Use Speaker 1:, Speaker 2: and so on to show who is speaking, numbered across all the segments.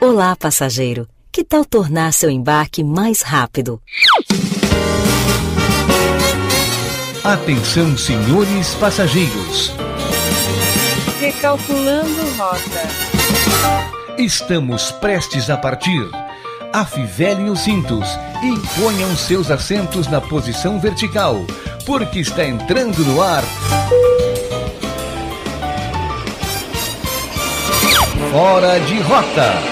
Speaker 1: Olá, passageiro. Que tal tornar seu embarque mais rápido?
Speaker 2: Atenção, senhores passageiros.
Speaker 3: Recalculando rota.
Speaker 2: Estamos prestes a partir. Afivelem os cintos e ponham seus assentos na posição vertical, porque está entrando no ar. Fora de rota.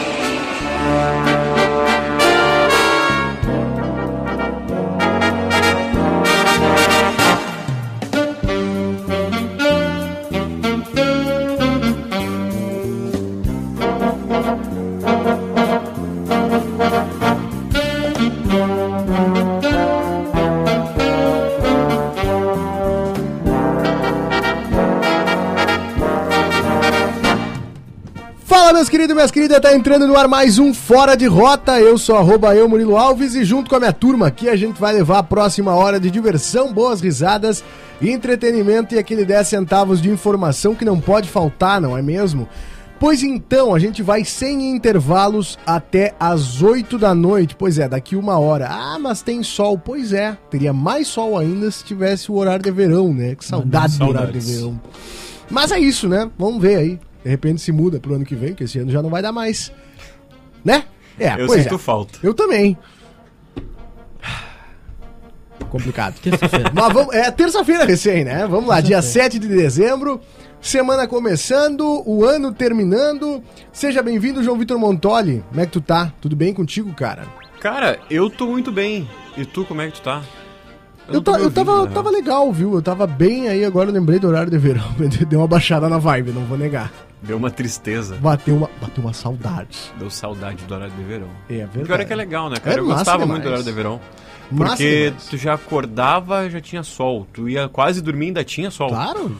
Speaker 4: Fala, meus queridos e minhas queridas, tá entrando no ar mais um Fora de Rota. Eu sou arroba eu, Murilo Alves, e junto com a minha turma aqui a gente vai levar a próxima hora de diversão, boas risadas, entretenimento e aquele 10 centavos de informação que não pode faltar, não é mesmo? Pois então, a gente vai sem intervalos até as 8 da noite. Pois é, daqui uma hora. Ah, mas tem sol. Pois é, teria mais sol ainda se tivesse o horário de verão, né? Que saudade do horário de
Speaker 5: saudades.
Speaker 4: verão. Mas é isso, né? Vamos ver aí. De repente se muda pro ano que vem, que esse ano já não vai dar mais. Né? É,
Speaker 5: Eu
Speaker 4: pois
Speaker 5: sinto
Speaker 4: é.
Speaker 5: falta.
Speaker 4: Eu também. Complicado. Mas vamos, é terça-feira recém, né? Vamos lá, dia 7 de dezembro. Semana começando, o ano terminando. Seja bem-vindo, João Vitor Montoli. Como é que tu tá? Tudo bem contigo, cara?
Speaker 5: Cara, eu tô muito bem. E tu, como é que tu tá?
Speaker 4: Eu,
Speaker 5: não tô
Speaker 4: ta-
Speaker 5: me
Speaker 4: eu
Speaker 5: ouvindo,
Speaker 4: tava,
Speaker 5: né?
Speaker 4: tava legal, viu? Eu tava bem aí, agora eu lembrei do horário de verão. Deu uma baixada na vibe, não vou negar.
Speaker 5: Deu uma tristeza.
Speaker 4: Bateu uma, bateu uma saudade.
Speaker 5: Deu saudade do horário de verão.
Speaker 4: É
Speaker 5: O
Speaker 4: verdade.
Speaker 5: Pior é que é legal, né, cara?
Speaker 4: É
Speaker 5: eu
Speaker 4: massa
Speaker 5: gostava
Speaker 4: demais.
Speaker 5: muito do horário de verão.
Speaker 4: Massa
Speaker 5: Porque
Speaker 4: demais.
Speaker 5: tu já acordava, já tinha sol. Tu ia quase dormir, ainda tinha sol.
Speaker 4: Claro.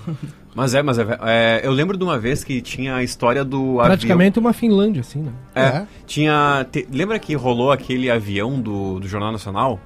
Speaker 5: Mas é, mas é, é, Eu lembro de uma vez que tinha a história do
Speaker 4: um-
Speaker 6: Praticamente uma Finlândia, assim, né?
Speaker 5: avião. É,
Speaker 4: É.
Speaker 5: Tinha. te- lembra que rolou aquele avião do, do Jornal Nacional?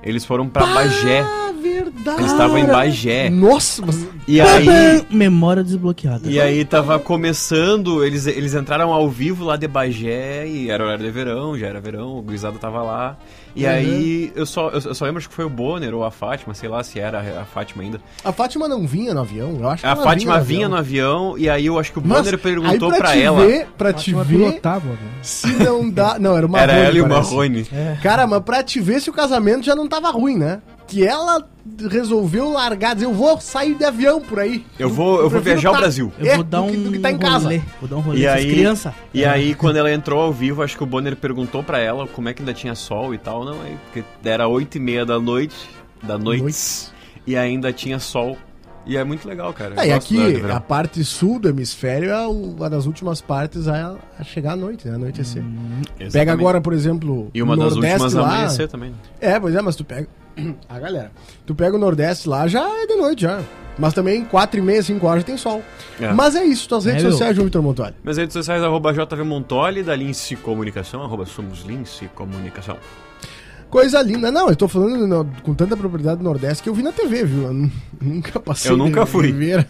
Speaker 5: Eles foram pra Bagé.
Speaker 7: É
Speaker 4: Ah, verdade.
Speaker 5: Eles estavam em Bagé.
Speaker 4: Nossa, mas...
Speaker 5: E aí.
Speaker 7: Memória desbloqueada.
Speaker 5: E aí tava começando, eles, eles entraram ao vivo lá de Bagé e era horário de verão, já era verão, o gurizado tava lá. E
Speaker 4: Uhum.
Speaker 5: aí eu só, eu só lembro acho que foi o Bonner ou a Fátima, sei lá se era a Fátima ainda.
Speaker 4: a Fátima não vinha no avião, eu acho que
Speaker 5: A
Speaker 4: ela
Speaker 5: Fátima
Speaker 4: Ah, avião.
Speaker 5: vinha no avião e aí eu acho que o
Speaker 4: Mas
Speaker 5: Bonner perguntou
Speaker 4: aí
Speaker 5: pra,
Speaker 4: te
Speaker 5: ela.
Speaker 4: Ver, pra te
Speaker 6: Uma
Speaker 4: ver
Speaker 6: pilotava, né?
Speaker 4: se não dá. Não, era uma
Speaker 5: Era ela e o
Speaker 4: parece.
Speaker 5: Marrone.
Speaker 4: Cara, mas pra te ver se o casamento já não tava ruim, né? Que ela resolveu largar, dizer, eu vou sair de avião por aí.
Speaker 5: Eu vou, eu vou
Speaker 4: prefiro
Speaker 5: viajar ao
Speaker 4: tá-
Speaker 5: Brasil.
Speaker 7: Eu
Speaker 4: É,
Speaker 7: vou dar
Speaker 4: do que-
Speaker 7: um
Speaker 4: do que tá em casa.
Speaker 7: rolê. Vou dar um rolê
Speaker 5: E
Speaker 7: com
Speaker 5: aí,
Speaker 7: crianças.
Speaker 5: e aí, quando ela entrou ao vivo, acho que o Bonner perguntou pra ela como é que ainda tinha sol e tal. Não, aí, porque era oito e meia da noite, da noite,
Speaker 4: Noites.
Speaker 5: e ainda tinha sol. E é muito legal, cara. Eu
Speaker 4: Aí
Speaker 5: gosto do
Speaker 4: Ah, aqui,
Speaker 5: verão.
Speaker 4: a parte sul do hemisfério é uma das últimas partes a, a chegar à noite, né? Anoitecer. Pega
Speaker 5: Hum, Exatamente.
Speaker 4: agora, por exemplo,
Speaker 5: E uma
Speaker 4: o
Speaker 5: das últimas a
Speaker 4: lá.
Speaker 5: amanhecer também. né?
Speaker 4: É, pois é, mas tu pega. A galera. Tu pega o Nordeste lá, já é de noite já. Mas também 4 e meia, 5 horas já tem sol.
Speaker 5: É.
Speaker 4: Mas é isso, tuas redes
Speaker 7: É, meu.
Speaker 4: sociais, João Vitor Montoli.
Speaker 5: Minhas redes sociais, arroba jvmontoli, da Lince Comunicação, arroba somos Lince Comunicação.
Speaker 4: Coisa linda. Não, eu tô falando no- com tanta propriedade do Nordeste que eu vi na TV, viu? Eu nu- nunca passei.
Speaker 5: Eu nunca
Speaker 4: de-
Speaker 5: fui.
Speaker 4: de ver.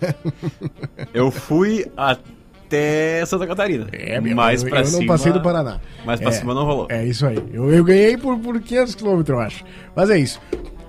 Speaker 5: Eu fui até Santa Catarina.
Speaker 4: É, meu,
Speaker 5: mas
Speaker 4: eu,
Speaker 5: pra
Speaker 4: eu
Speaker 5: cima...
Speaker 4: não passei do Paraná.
Speaker 5: Mas pra
Speaker 4: É.
Speaker 5: cima não rolou.
Speaker 4: É isso aí. Eu, eu ganhei por, por 500 quilômetros, eu acho. Mas é isso.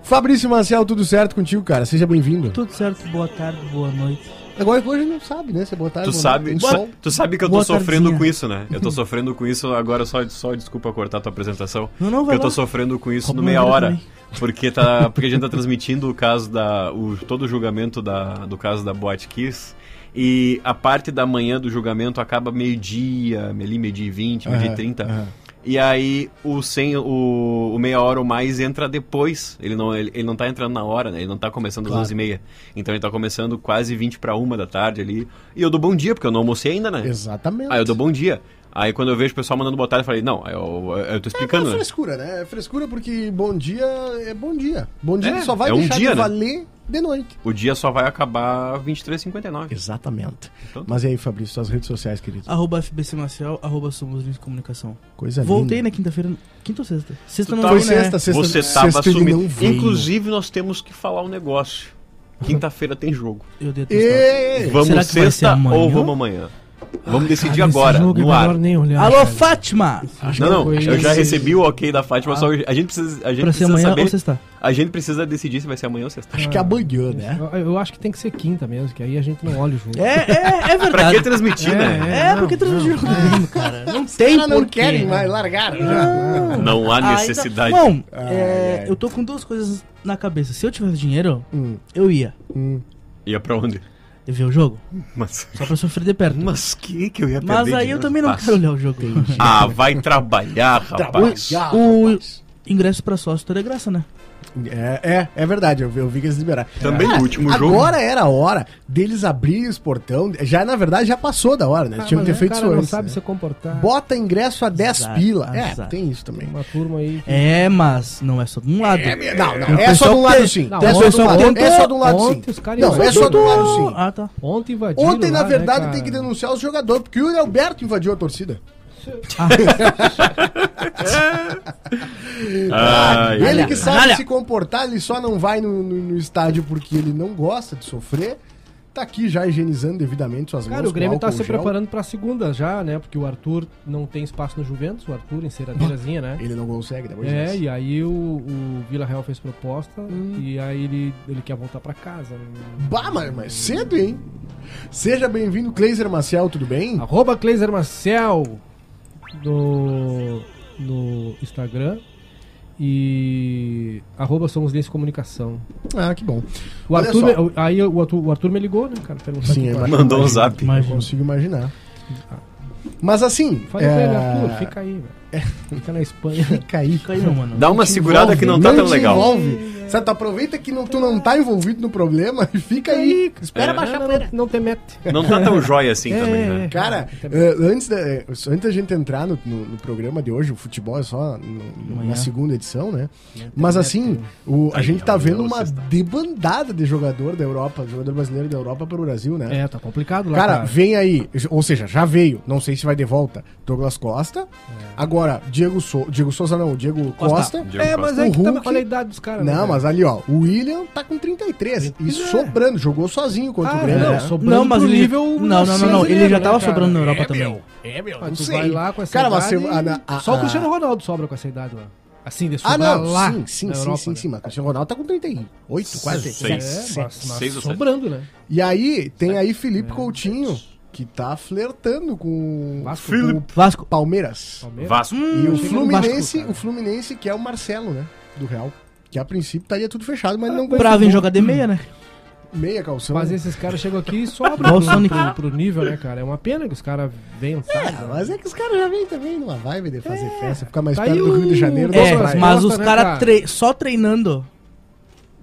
Speaker 4: Fabrício Marcel, tudo certo contigo, cara? Seja bem-vindo.
Speaker 7: Tudo certo, boa tarde, boa noite.
Speaker 4: Agora hoje não sabe, né? Você
Speaker 7: Tá,
Speaker 4: botar
Speaker 5: Tu sabe, tu, sa-
Speaker 4: sol.
Speaker 5: tu sabe que eu tô
Speaker 7: Boa
Speaker 5: sofrendo
Speaker 7: tardezinha.
Speaker 5: com isso, né? Eu tô sofrendo com isso agora, só, só desculpa cortar tua apresentação.
Speaker 7: Não, não,
Speaker 5: porque
Speaker 7: vai
Speaker 5: eu tô
Speaker 7: lá.
Speaker 5: sofrendo com isso
Speaker 7: Rouba
Speaker 5: no
Speaker 7: uma
Speaker 5: meia
Speaker 7: vida
Speaker 5: hora.
Speaker 7: também.
Speaker 5: Porque, tá, porque a gente tá transmitindo o caso da. O, todo o julgamento da, do caso da Boate Kiss. E a parte da manhã do julgamento acaba meio-dia, ali meio-dia e vinte, meio-dia e
Speaker 4: Aham,
Speaker 5: trinta.
Speaker 4: aham.
Speaker 5: E aí o, sem, o, o meia hora ou mais entra depois. Ele não, ele, ele não tá entrando na hora, né? Ele não tá começando às
Speaker 4: Claro.
Speaker 5: 11 e meia. Então ele tá começando quase 20 para uma da tarde ali. E eu dou bom dia, porque eu não almocei ainda, né?
Speaker 4: Exatamente.
Speaker 5: Aí eu dou bom dia. Aí quando eu vejo o pessoal mandando boa tarde, eu falei, não, eu, eu, eu tô explicando,
Speaker 4: É
Speaker 5: né?
Speaker 4: frescura, né? É frescura porque bom dia é bom dia. Bom dia
Speaker 5: É,
Speaker 4: ele só vai
Speaker 5: é um
Speaker 4: deixar
Speaker 5: dia,
Speaker 4: de
Speaker 5: né?
Speaker 4: valer de noite.
Speaker 5: O dia só vai acabar 23h59.
Speaker 4: Exatamente.
Speaker 5: Então tá.
Speaker 4: Mas e aí, Fabrício, suas redes sociais, querido?
Speaker 7: Arroba FBC Marcial, arroba Somos Lins Comunicação.
Speaker 4: Coisa
Speaker 7: Voltei
Speaker 4: linda.
Speaker 7: na quinta-feira. Quinta ou sexta? Sexta
Speaker 5: Tu
Speaker 7: não
Speaker 5: tava
Speaker 7: foi,
Speaker 4: Foi sexta,
Speaker 7: né?
Speaker 4: sexta,
Speaker 5: Tá Você tava
Speaker 4: sexta ele
Speaker 5: sumido.
Speaker 4: não veio.
Speaker 5: Inclusive, nós temos que falar um negócio. Quinta-feira tem jogo.
Speaker 7: Eu detesto.
Speaker 4: E...
Speaker 5: Vamos
Speaker 7: É, Será que vai ser
Speaker 5: sexta
Speaker 7: amanhã?
Speaker 5: ou vamos amanhã? Vamos decidir
Speaker 6: Cara, esse
Speaker 5: agora,
Speaker 6: jogo é
Speaker 5: no ar.
Speaker 6: melhor nem olhar,
Speaker 7: Alô,
Speaker 6: cara.
Speaker 7: Fátima!
Speaker 6: Acho
Speaker 5: Não,
Speaker 6: que
Speaker 5: não,
Speaker 6: foi
Speaker 5: eu já
Speaker 6: esse-
Speaker 5: recebi o ok da Fátima, só a gente precisa, a gente
Speaker 7: Pra ser
Speaker 5: precisa
Speaker 7: amanhã ou
Speaker 5: saber.
Speaker 7: sexta?
Speaker 5: A gente precisa decidir se vai ser amanhã ou sexta.
Speaker 4: Acho que amanhã, né?
Speaker 6: Eu, eu acho que tem que ser quinta mesmo, que aí a gente não olha o jogo.
Speaker 7: É, é, é
Speaker 5: Pra que
Speaker 7: verdade.
Speaker 5: transmitir, né?
Speaker 7: É,
Speaker 6: não,
Speaker 7: porque transmitiu o domingo, cara. Não tem
Speaker 4: Eles não
Speaker 7: porquê.
Speaker 4: querem mais, largaram já.
Speaker 5: Não há
Speaker 7: Ah,
Speaker 5: necessidade.
Speaker 7: então- Bom,
Speaker 4: Ai,
Speaker 7: é,
Speaker 4: ai.
Speaker 7: eu tô com duas coisas na cabeça. Se eu tivesse dinheiro,
Speaker 4: Hum,
Speaker 7: eu ia
Speaker 4: hum.
Speaker 5: Ia pra onde?
Speaker 7: ver o jogo.
Speaker 5: Mas,
Speaker 7: Só pra sofrer de perto.
Speaker 5: mas que que eu ia perder?
Speaker 7: Mas aí eu
Speaker 5: dinheiro?
Speaker 7: também não
Speaker 5: Passa.
Speaker 7: quero olhar o jogo.
Speaker 5: Ah, vai trabalhar, rapaz.
Speaker 4: Trabalhar,
Speaker 7: O-
Speaker 4: rapaz.
Speaker 7: Ingresso pra sócio toda é graça, né?
Speaker 4: É, é, é verdade, eu, vi- eu vi que eles liberaram.
Speaker 5: Também
Speaker 4: Cara,
Speaker 5: no último jogo.
Speaker 4: Agora era a hora deles abrirem os portão. Já, na verdade, já passou da hora, né? Eles
Speaker 6: Ah,
Speaker 4: tinham que
Speaker 6: mas
Speaker 7: é,
Speaker 4: ter
Speaker 6: aí
Speaker 4: feito
Speaker 6: o cara
Speaker 4: isso
Speaker 6: não
Speaker 4: antes.
Speaker 6: sabe
Speaker 4: né?
Speaker 6: se comportar.
Speaker 4: Bota ingresso a 10
Speaker 7: Azar,
Speaker 4: pila. É,
Speaker 7: azar.
Speaker 4: tem isso também.
Speaker 6: Uma turma aí. que-
Speaker 7: É, mas não é só de um lado. É,
Speaker 4: Não, não, é só de um lado sim.
Speaker 6: Não,
Speaker 4: é só de um
Speaker 6: ontem-
Speaker 4: lado, é só de um
Speaker 6: ontem-
Speaker 4: lado
Speaker 6: ontem
Speaker 4: sim.
Speaker 6: os caras
Speaker 4: Não, é só de um lado sim.
Speaker 7: Ah, tá.
Speaker 6: Ontem invadiram.
Speaker 4: Ontem, na
Speaker 6: lá, né,
Speaker 4: verdade,
Speaker 6: cara?
Speaker 4: tem que denunciar os jogadores, porque o Alberto invadiu a torcida.
Speaker 5: Ah,
Speaker 4: ele que sabe
Speaker 7: olha.
Speaker 4: se comportar, ele só não vai no, no- no estádio porque ele não gosta de sofrer. Tá aqui já higienizando devidamente suas mãos.
Speaker 6: Cara, o
Speaker 4: com
Speaker 6: Grêmio tá
Speaker 4: álcool
Speaker 6: se
Speaker 4: gel.
Speaker 6: preparando pra segunda já, né? Porque o Arthur não tem espaço no Juventus, o Arthur em ceradeirazinha, né?
Speaker 4: Ele não consegue, depois
Speaker 6: É,
Speaker 4: disso.
Speaker 6: e aí o, o Vila Real fez proposta e aí ele, ele quer voltar pra casa.
Speaker 4: Bah, mas, mas cedo, hein? Seja bem-vindo, Cleiser Maciel, tudo bem?
Speaker 6: Arroba Cleiser Marcel no, no Instagram e arroba Somos Lense Comunicação.
Speaker 4: Ah, que bom.
Speaker 6: O
Speaker 4: Olha
Speaker 6: Arthur,
Speaker 4: só.
Speaker 6: me- o- aí o Arthur, o Arthur me ligou, né, cara? Perguntar
Speaker 4: Sim,
Speaker 6: aqui
Speaker 4: é
Speaker 6: pra-
Speaker 4: mais-
Speaker 5: Mandou um zap.
Speaker 4: Eu
Speaker 7: Imagina.
Speaker 4: consigo imaginar. Mas assim.
Speaker 6: Falei pra ele, Arthur,
Speaker 4: é,
Speaker 6: fica aí, velho. Fica na Espanha.
Speaker 4: fica aí.
Speaker 7: Fica aí, não, mano.
Speaker 5: Dá uma segurada que não tá tão
Speaker 4: te
Speaker 5: legal.
Speaker 4: Envolve. Sabe, tu aproveita que não, tu não tá envolvido no problema e fica aí. Espera
Speaker 5: É.
Speaker 4: baixar a
Speaker 6: não,
Speaker 4: poeira.
Speaker 6: não, não te mete.
Speaker 5: Não tá tão jóia assim também, né?
Speaker 4: Cara,
Speaker 6: Ah,
Speaker 4: eh, antes da, eh, antes da gente entrar no, no- no programa de hoje, o futebol é só no- no-
Speaker 7: Amanhã.
Speaker 4: na segunda edição, né? Mas assim, o- a gente tá
Speaker 5: amanhã
Speaker 6: é
Speaker 4: vendo
Speaker 5: ou
Speaker 4: uma
Speaker 5: sexta.
Speaker 4: debandada de jogador da Europa, jogador brasileiro da Europa pro Brasil, né?
Speaker 6: É, tá complicado lá.
Speaker 4: Cara, vem aí, ou seja, já veio, não sei se vai de volta, Douglas
Speaker 6: É.
Speaker 4: Costa. Agora, Diego, so, Diego Souza não, Diego Costa.
Speaker 7: Costa.
Speaker 5: Diego
Speaker 6: É, mas
Speaker 5: Costa.
Speaker 6: é
Speaker 4: O
Speaker 6: que tá,
Speaker 4: Hulk-
Speaker 6: olha a idade dos caras.
Speaker 4: Não,
Speaker 6: né, É.
Speaker 4: mas ali, ó, o William tá com 33 e sobrando, jogou sozinho contra o
Speaker 6: Ah,
Speaker 4: Grêmio.
Speaker 6: não,
Speaker 4: né?
Speaker 6: sobrando
Speaker 7: Não, mas
Speaker 6: pro
Speaker 7: ele...
Speaker 6: nível
Speaker 7: Não, não, não, não. Ele
Speaker 6: brasileiro,
Speaker 7: já
Speaker 6: né,
Speaker 7: tava
Speaker 6: cara?
Speaker 7: sobrando na Europa também.
Speaker 6: Ah,
Speaker 4: Não
Speaker 6: tu
Speaker 4: sei.
Speaker 6: vai lá com essa
Speaker 4: Cara, mas
Speaker 6: idade.
Speaker 4: você- a- na- a-
Speaker 6: Só o
Speaker 4: a-
Speaker 6: Cristiano Ronaldo sobra com essa idade lá. Assim, de
Speaker 4: Ah,
Speaker 6: sobrar
Speaker 4: não,
Speaker 6: lá.
Speaker 4: sim, sim,
Speaker 6: na
Speaker 4: sim,
Speaker 6: Europa,
Speaker 4: sim,
Speaker 6: né?
Speaker 4: sim, mas o Cristiano Ronaldo tá com 38, quase.
Speaker 6: É,
Speaker 5: Seis,
Speaker 6: mas,
Speaker 4: sete.
Speaker 6: mas
Speaker 5: Seis ou sete.
Speaker 6: sobrando, né?
Speaker 4: E aí, tem aí
Speaker 6: É.
Speaker 4: Felipe Coutinho, que tá flertando com
Speaker 6: Vasco,
Speaker 4: o
Speaker 7: Vasco. Hum,
Speaker 4: Palmeiras.
Speaker 6: Palmeiras.
Speaker 5: Vasco.
Speaker 4: E o
Speaker 6: achei que era o
Speaker 4: Fluminense,
Speaker 6: Vasco, cara.
Speaker 4: o Fluminense que é o Marcelo, né, do Real. Que a princípio estaria tudo fechado,
Speaker 6: Ah,
Speaker 4: mas não
Speaker 7: Pra vir jogar de meia, né?
Speaker 4: Hum. meia calção.
Speaker 6: Mas esses caras chegam aqui e sobram
Speaker 7: Igual o
Speaker 6: pro,
Speaker 7: Sonic.
Speaker 6: pro, pro nível, né, cara? É uma pena que os caras venham, sabe?
Speaker 4: Ah, mas é que os caras já vêm também numa vibe de fazer festa, ficar mais
Speaker 6: Tá
Speaker 4: perto
Speaker 6: aí
Speaker 4: do
Speaker 6: o-
Speaker 4: Rio de Janeiro.
Speaker 6: Nossa,
Speaker 7: É,
Speaker 4: da praia.
Speaker 6: mas-
Speaker 7: mas
Speaker 6: gosta,
Speaker 7: os
Speaker 6: né,
Speaker 7: caras
Speaker 6: cara?
Speaker 4: Tá.
Speaker 7: só treinando,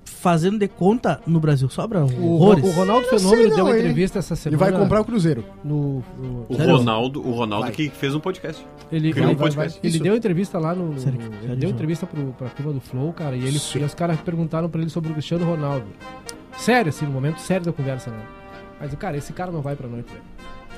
Speaker 7: fazendo de conta, no Brasil sobra
Speaker 6: O,
Speaker 7: horrores.
Speaker 6: o Ronaldo
Speaker 4: Eu não sei
Speaker 6: Fenômeno
Speaker 4: não,
Speaker 6: deu uma
Speaker 4: ele-
Speaker 6: entrevista essa
Speaker 4: Ele vai
Speaker 6: semana.
Speaker 4: comprar o Cruzeiro.
Speaker 6: no, no-
Speaker 5: O
Speaker 7: Sério?
Speaker 5: Ronaldo, o Ronaldo
Speaker 4: Vai.
Speaker 5: que fez um podcast.
Speaker 6: ele,
Speaker 5: Criou
Speaker 6: ele-
Speaker 5: um podcast.
Speaker 6: ele
Speaker 4: Isso.
Speaker 6: deu entrevista lá no.
Speaker 7: Sério,
Speaker 6: no- ele
Speaker 7: sério,
Speaker 6: deu
Speaker 7: João.
Speaker 6: entrevista pro, pra turma do Flow, cara, e ele,
Speaker 4: Sim.
Speaker 6: e os caras perguntaram pra ele sobre o Cristiano Ronaldo. Sério, assim, no momento sério da conversa, né? Mas, cara, esse cara não vai pra noite, velho.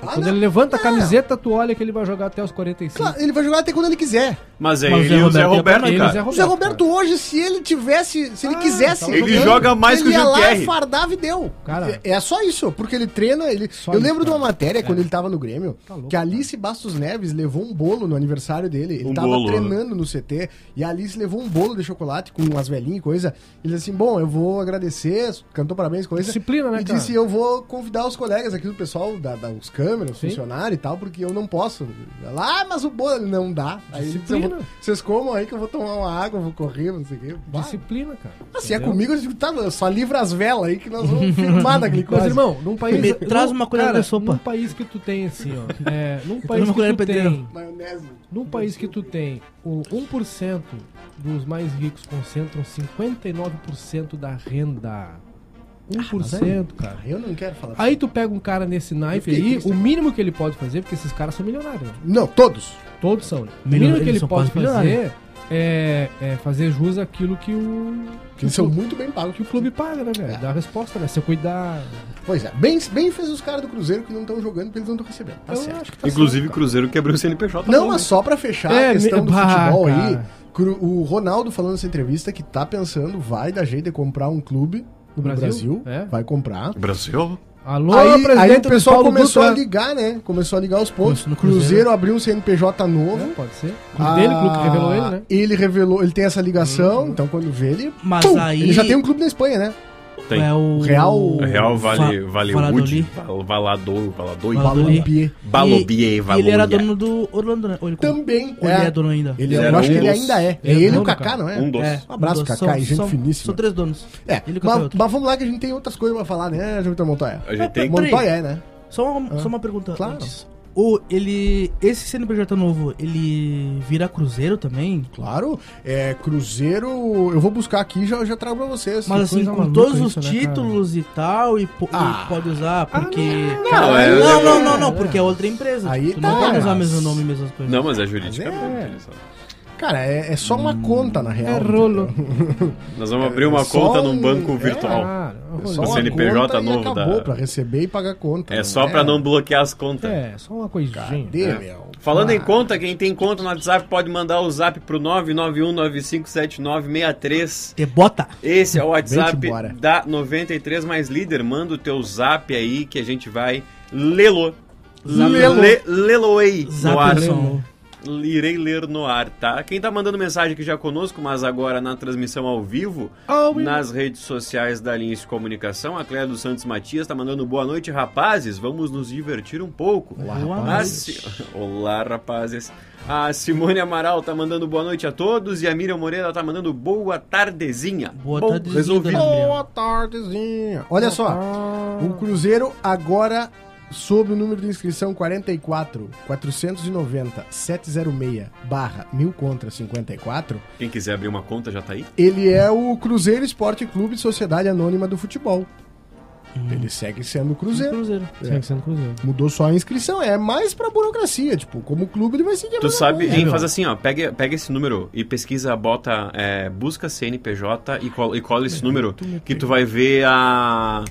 Speaker 4: Ah,
Speaker 6: Quando
Speaker 4: não.
Speaker 6: ele levanta a
Speaker 4: Não.
Speaker 6: camiseta, tu olha que ele vai jogar até os 45.
Speaker 4: Claro, ele vai jogar até quando ele quiser.
Speaker 5: Mas é
Speaker 7: Mas
Speaker 5: ele e o Zé Roberto,
Speaker 6: Ele é e
Speaker 5: cara.
Speaker 4: O Zé Roberto hoje, se ele tivesse, se ele
Speaker 6: Ah,
Speaker 4: quisesse,
Speaker 6: tá
Speaker 5: Ele joga mais que o
Speaker 4: ele ia
Speaker 5: Jean-Pierre.
Speaker 4: lá, fardava e deu.
Speaker 6: Cara.
Speaker 4: é é só isso, porque ele treina, ele
Speaker 6: Só
Speaker 4: Eu
Speaker 6: isso,
Speaker 4: lembro de uma
Speaker 6: cara.
Speaker 4: matéria quando ele tava no Grêmio,
Speaker 6: Tá louco,
Speaker 4: que a Alice Bastos Neves levou um bolo no aniversário dele. Ele
Speaker 5: Um
Speaker 4: tava
Speaker 5: bolo,
Speaker 4: treinando no CT e a Alice levou um bolo de chocolate com umas velhinhas e coisa. Ele disse assim: "Bom, eu vou agradecer, cantou parabéns coisa".
Speaker 6: Disciplina, né,
Speaker 4: E
Speaker 6: cara?
Speaker 4: disse: "Eu vou convidar os colegas aqui do pessoal da, da os câmeras, os
Speaker 6: Sim.
Speaker 4: funcionários e tal, porque eu não posso". Lá, mas o bolo ele não dá. Aí ele disse, "Eu vou-
Speaker 6: Disciplina.
Speaker 4: vocês comam aí que eu vou tomar uma água, vou correr, não sei o quê. Bah,
Speaker 6: Disciplina, cara.
Speaker 4: ah, se é
Speaker 6: Entendeu?
Speaker 4: comigo, eu digo, tá, eu só livra as velas aí que nós vamos filmar da glicose.
Speaker 6: Mas, irmão, num país.
Speaker 7: Me traz
Speaker 6: num-
Speaker 7: uma colher
Speaker 6: cara,
Speaker 7: de sopa.
Speaker 6: Num país que tu tem, assim, ó. É, num
Speaker 7: traz
Speaker 6: país
Speaker 7: uma
Speaker 6: que
Speaker 7: colher
Speaker 6: tu
Speaker 7: de pedreiro.
Speaker 6: tem.
Speaker 4: Maionese.
Speaker 6: Num país que tu tem o 1% dos mais ricos concentram 59% da
Speaker 4: Ah,
Speaker 6: renda. 1%, cara.
Speaker 4: Eu não quero falar.
Speaker 6: Aí tu pega um cara nesse naipe
Speaker 4: Eu fiquei
Speaker 6: aí,
Speaker 4: triste
Speaker 6: o
Speaker 4: aqui.
Speaker 6: mínimo que ele pode fazer, porque esses caras são milionários, né?
Speaker 4: Não, todos.
Speaker 6: todos são, né? O
Speaker 7: Milio-
Speaker 6: mínimo que
Speaker 7: eles
Speaker 6: ele
Speaker 7: são
Speaker 6: pode
Speaker 7: quase milionários.
Speaker 6: fazer é, é fazer jus àquilo que o,
Speaker 4: Que eles são muito bem pagos.
Speaker 6: que o clube paga, né,
Speaker 4: É.
Speaker 6: velho? Dá a resposta, né? Se eu cuidar.
Speaker 4: Pois é, bem, bem fez os caras do Cruzeiro que não estão jogando porque eles não estão recebendo. Tá
Speaker 6: Eu
Speaker 4: certo.
Speaker 6: acho que tá
Speaker 5: Inclusive, o Cruzeiro quebrou o CNPJ.
Speaker 4: Não,
Speaker 5: bom,
Speaker 4: mas
Speaker 5: né?
Speaker 4: só pra fechar a
Speaker 6: É,
Speaker 4: questão
Speaker 6: me-
Speaker 4: do
Speaker 6: bah,
Speaker 4: futebol aí,
Speaker 6: cara.
Speaker 4: cru- o Ronaldo falando nessa entrevista que tá pensando, vai dar jeito de comprar um clube no,
Speaker 6: No
Speaker 4: Brasil,
Speaker 6: Brasil, é.
Speaker 4: vai comprar.
Speaker 5: Brasil?
Speaker 6: certo. Alô,
Speaker 4: aí, aí o
Speaker 6: presidente do
Speaker 4: pessoal
Speaker 6: Paulo
Speaker 4: começou
Speaker 6: Dutra.
Speaker 4: a ligar, né? Começou a ligar os pontos.
Speaker 7: Começou no
Speaker 4: Cruzeiro.
Speaker 7: Cruzeiro.
Speaker 4: abriu um CNPJ novo.
Speaker 6: É, pode ser.
Speaker 4: Ah.
Speaker 6: Clube dele, o clube que revelou ele, né? Uhum.
Speaker 4: Ele revelou, ele tem essa ligação, então quando vê ele.
Speaker 7: Mas aí-
Speaker 4: Ele já tem um clube na Espanha, né?
Speaker 5: Tem.
Speaker 7: É o
Speaker 4: Real-
Speaker 5: Real Vale,
Speaker 7: Va-
Speaker 5: Vale
Speaker 7: Valladolid.
Speaker 5: Wood, Val- Valador, Valador,
Speaker 7: Valladolid.
Speaker 4: Balompié.
Speaker 5: Balobie,
Speaker 7: E ele
Speaker 5: Valonha.
Speaker 7: era dono do Orlando, né? Ou ele
Speaker 4: Também.
Speaker 7: Ou ele é dono ainda?
Speaker 4: Ele,
Speaker 5: Ele
Speaker 4: eu
Speaker 5: era
Speaker 4: acho
Speaker 5: um
Speaker 4: que ele
Speaker 5: dos-
Speaker 4: ainda é. É
Speaker 6: Ele
Speaker 4: ele e
Speaker 6: é
Speaker 4: o
Speaker 6: dono,
Speaker 4: Kaká,
Speaker 6: cara.
Speaker 4: não é?
Speaker 5: Um dos.
Speaker 4: Um abraço,
Speaker 7: Dois,
Speaker 4: Kaká,
Speaker 7: são-
Speaker 4: e gente
Speaker 7: são-
Speaker 4: finíssima.
Speaker 7: São três donos.
Speaker 4: É,
Speaker 7: Ele
Speaker 4: mas,
Speaker 7: cantou outro.
Speaker 4: mas vamos lá que a gente tem outras coisas pra falar, né, Júlio Montoya?
Speaker 5: A gente tem
Speaker 4: Montoya é, né?
Speaker 7: Só uma, só uma pergunta
Speaker 4: Claro.
Speaker 7: antes. O, ele, esse CNPJ novo, ele vira cruzeiro também?
Speaker 4: Claro. É, Cruzeiro, eu vou buscar aqui e já, já trago pra vocês.
Speaker 7: Mas assim,
Speaker 6: coisa
Speaker 7: com
Speaker 6: maluca
Speaker 7: todos os
Speaker 6: isso, né,
Speaker 7: títulos e tal, e, po-
Speaker 4: Ah.
Speaker 7: e pode usar, porque...
Speaker 5: Não, é-
Speaker 7: não, não, não, não, porque é outra empresa.
Speaker 4: Aí
Speaker 7: tu
Speaker 4: tá,
Speaker 7: não pode usar o
Speaker 4: mas-
Speaker 7: mesmo nome e mesmas coisas.
Speaker 5: Não, mas é juridicamente. né, só.
Speaker 4: Cara, é, é só uma conta, na real.
Speaker 6: É rolo.
Speaker 5: Nós vamos abrir uma
Speaker 4: só
Speaker 5: conta
Speaker 4: um-
Speaker 5: num banco virtual.
Speaker 6: Ah,
Speaker 4: É
Speaker 6: olha,
Speaker 4: só
Speaker 5: O
Speaker 4: uma
Speaker 5: um CNPJ
Speaker 4: conta e
Speaker 5: novo
Speaker 4: acabou,
Speaker 5: da-
Speaker 4: pra receber e pagar conta. né?
Speaker 5: É só pra não bloquear as contas.
Speaker 6: É, só uma coisinha.
Speaker 4: Cadê, meu?
Speaker 5: Falando em
Speaker 4: Ah,
Speaker 5: conta, quem tem conta no WhatsApp pode mandar o zap pro 991957963.
Speaker 7: Te bota.
Speaker 5: Esse é o
Speaker 4: Vem-te
Speaker 5: WhatsApp
Speaker 4: embora.
Speaker 5: da 93 mais líder. Manda o teu zap aí que a gente vai lê-lo.
Speaker 4: Lê-lo.
Speaker 5: Lê- Lê-lo-ei no ar.
Speaker 7: Zaperson.
Speaker 5: Irei ler no ar, tá? Quem tá mandando mensagem aqui já conosco, mas agora na transmissão ao vivo, nas redes sociais da Linha de Comunicação, a Cléia dos Santos Matias tá mandando boa noite, rapazes. Vamos nos divertir um pouco.
Speaker 4: Olá,
Speaker 7: Boa
Speaker 5: A
Speaker 4: rapaz.
Speaker 5: Si- Olá, rapazes. A Simone Amaral tá mandando boa noite a todos e a Miriam Moreira tá mandando boa tardezinha.
Speaker 7: Boa
Speaker 5: Bom,
Speaker 7: tardezinha,
Speaker 5: resolvi.
Speaker 7: dona Gabriela.
Speaker 4: Boa tardezinha. Olha só, o Cruzeiro agora, sob o número de inscrição 44 490 706 barra 1000 contra 54,
Speaker 5: Quem quiser abrir uma conta já tá aí.
Speaker 4: ele é o Cruzeiro Esporte Clube Sociedade Anônima do Futebol.
Speaker 5: Hum.
Speaker 4: Ele segue sendo o Cruzeiro.
Speaker 7: Cruzeiro.
Speaker 6: Segue sendo Cruzeiro.
Speaker 4: Mudou só a inscrição, é mais pra burocracia, tipo, como clube ele vai seguir a
Speaker 5: Tu
Speaker 4: mesma
Speaker 5: sabe,
Speaker 4: coisa.
Speaker 5: hein, faz assim, ó, pega, pega esse número e pesquisa, bota, é, busca CNPJ e, col- e cola esse número, que tu vai ver a,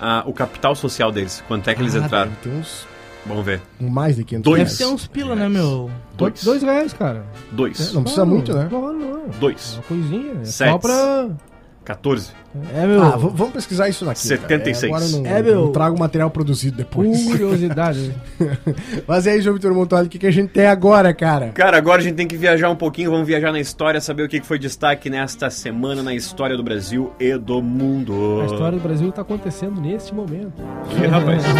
Speaker 5: a- o capital social deles, quanto é que eles
Speaker 4: Ah, tá.
Speaker 5: entraram.
Speaker 4: deve ter uns
Speaker 5: Vamos ver.
Speaker 4: mais de 500
Speaker 5: Dois.
Speaker 7: Deve
Speaker 4: reais.
Speaker 7: ser uns pila, né, meu?
Speaker 5: Dois.
Speaker 6: Dois reais, cara.
Speaker 5: Dois.
Speaker 4: É, não precisa
Speaker 6: Claro,
Speaker 4: muito, né?
Speaker 6: Não, não.
Speaker 5: Dois.
Speaker 6: Uma coisinha. É
Speaker 5: Sete.
Speaker 6: só pra...
Speaker 5: 14.
Speaker 7: É, meu.
Speaker 4: Ah, v- vamos pesquisar isso daqui. cara.
Speaker 5: 76.
Speaker 4: É, agora eu não,
Speaker 7: É, meu. Uh.
Speaker 4: não trago material produzido depois.
Speaker 6: Curiosidade.
Speaker 4: Mas e aí, João Vitor Montalho, o que, que a gente tem agora, cara?
Speaker 5: Cara, agora a gente tem que viajar um pouquinho, vamos viajar na história, saber o que que foi destaque nesta semana na história do Brasil e do mundo.
Speaker 6: A história do Brasil tá acontecendo neste momento.
Speaker 5: Ih, rapaz.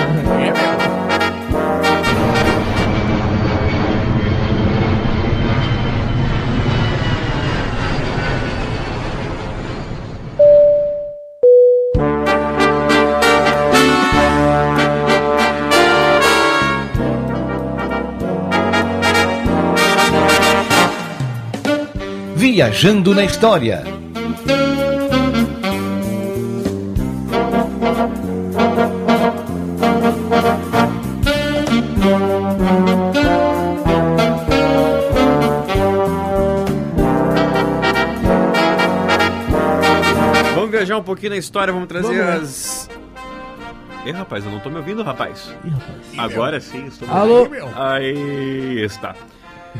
Speaker 2: Viajando na História.
Speaker 5: Vamos viajar um pouquinho na história, vamos trazer as... Ih, rapaz, eu não tô me ouvindo, rapaz.
Speaker 7: Ih, rapaz.
Speaker 5: Agora sim, estou me
Speaker 7: Alô?
Speaker 5: Aí está.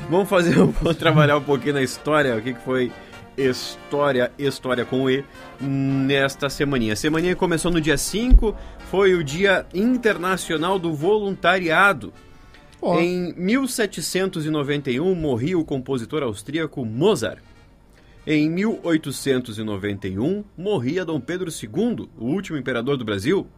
Speaker 5: Vamos fazer, vamos trabalhar um pouquinho na história, o que, que foi história, história com E nesta semaninha. A semaninha começou no dia 5, foi o Dia Internacional do Voluntariado.
Speaker 4: Ó.
Speaker 5: Em 1791 morria o compositor austríaco Mozart. Em 1891 morria Dom Pedro II, o último imperador do Brasil.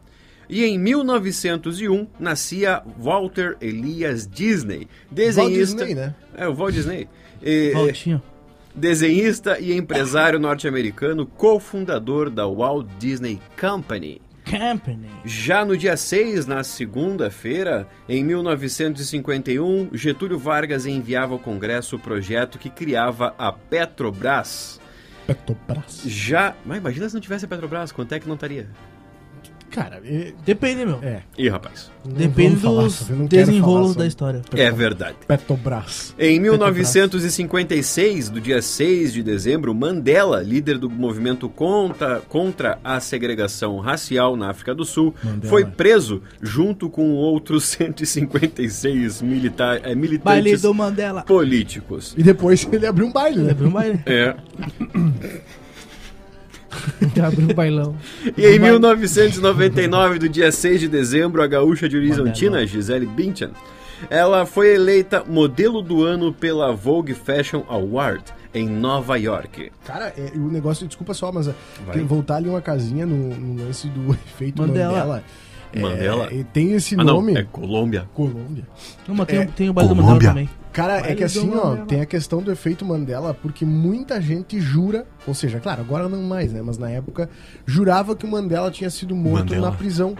Speaker 5: E em 1901 nascia Walter Elias Disney,
Speaker 4: Walt
Speaker 5: desenhista.
Speaker 4: Disney, né?
Speaker 5: É, o Walt Disney. Eh,
Speaker 7: Voltinho.
Speaker 5: desenhista e empresário norte-americano, cofundador da Walt Disney Company.
Speaker 7: Company.
Speaker 5: Já no dia 6, na segunda-feira, em 1951, Getúlio Vargas enviava ao Congresso o projeto que criava a Petrobras.
Speaker 4: Petrobras.
Speaker 5: Já. Mas imagina se não tivesse a Petrobras, quanto é que não estaria?
Speaker 4: Cara, é.
Speaker 7: Depende, meu.
Speaker 4: é,
Speaker 5: Ih, rapaz.
Speaker 4: não
Speaker 7: Depende
Speaker 4: vamos falar
Speaker 7: dos
Speaker 4: sobre, eu não quero falar
Speaker 7: desenrolos
Speaker 4: sobre
Speaker 7: da história.
Speaker 5: É verdade.
Speaker 4: Petrobras.
Speaker 5: Em 1956, do dia 6 de dezembro, Mandela, líder do movimento contra, contra a segregação racial na África do Sul,
Speaker 4: Mandela.
Speaker 5: foi preso junto com outros 156 milita eh,
Speaker 7: Baile
Speaker 5: militantes
Speaker 7: do Mandela.
Speaker 5: políticos.
Speaker 4: um
Speaker 7: um
Speaker 4: E depois ele abriu um baile, né?
Speaker 7: Lembra um baile?
Speaker 5: É.
Speaker 6: Já abriu o bailão.
Speaker 5: E em 1999, do dia 6 de dezembro, a gaúcha de Horizontina, Gisele Bündchen, ela foi eleita modelo do ano pela Vogue Fashion Award em Nova York.
Speaker 4: Cara, é, o negócio, desculpa só, mas é, tem que voltar ali uma casinha no, no lance do efeito Mandela.
Speaker 7: Mandela.
Speaker 4: É,
Speaker 5: Mandela?
Speaker 4: e tem esse
Speaker 5: Ah, não,
Speaker 4: nome.
Speaker 5: é Colômbia.
Speaker 4: Colômbia.
Speaker 7: Não, mas tem, um,
Speaker 4: É,
Speaker 7: tem o baile da Mandela
Speaker 3: Colômbia.
Speaker 7: também.
Speaker 4: Cara, é
Speaker 6: Baile
Speaker 4: que assim,
Speaker 6: do
Speaker 4: ó,
Speaker 6: Mandela.
Speaker 4: tem a questão do efeito Mandela, porque muita gente jura, ou seja, claro, agora não mais, né? Mas na época, jurava que o Mandela tinha sido morto
Speaker 3: Mandela.
Speaker 4: na prisão.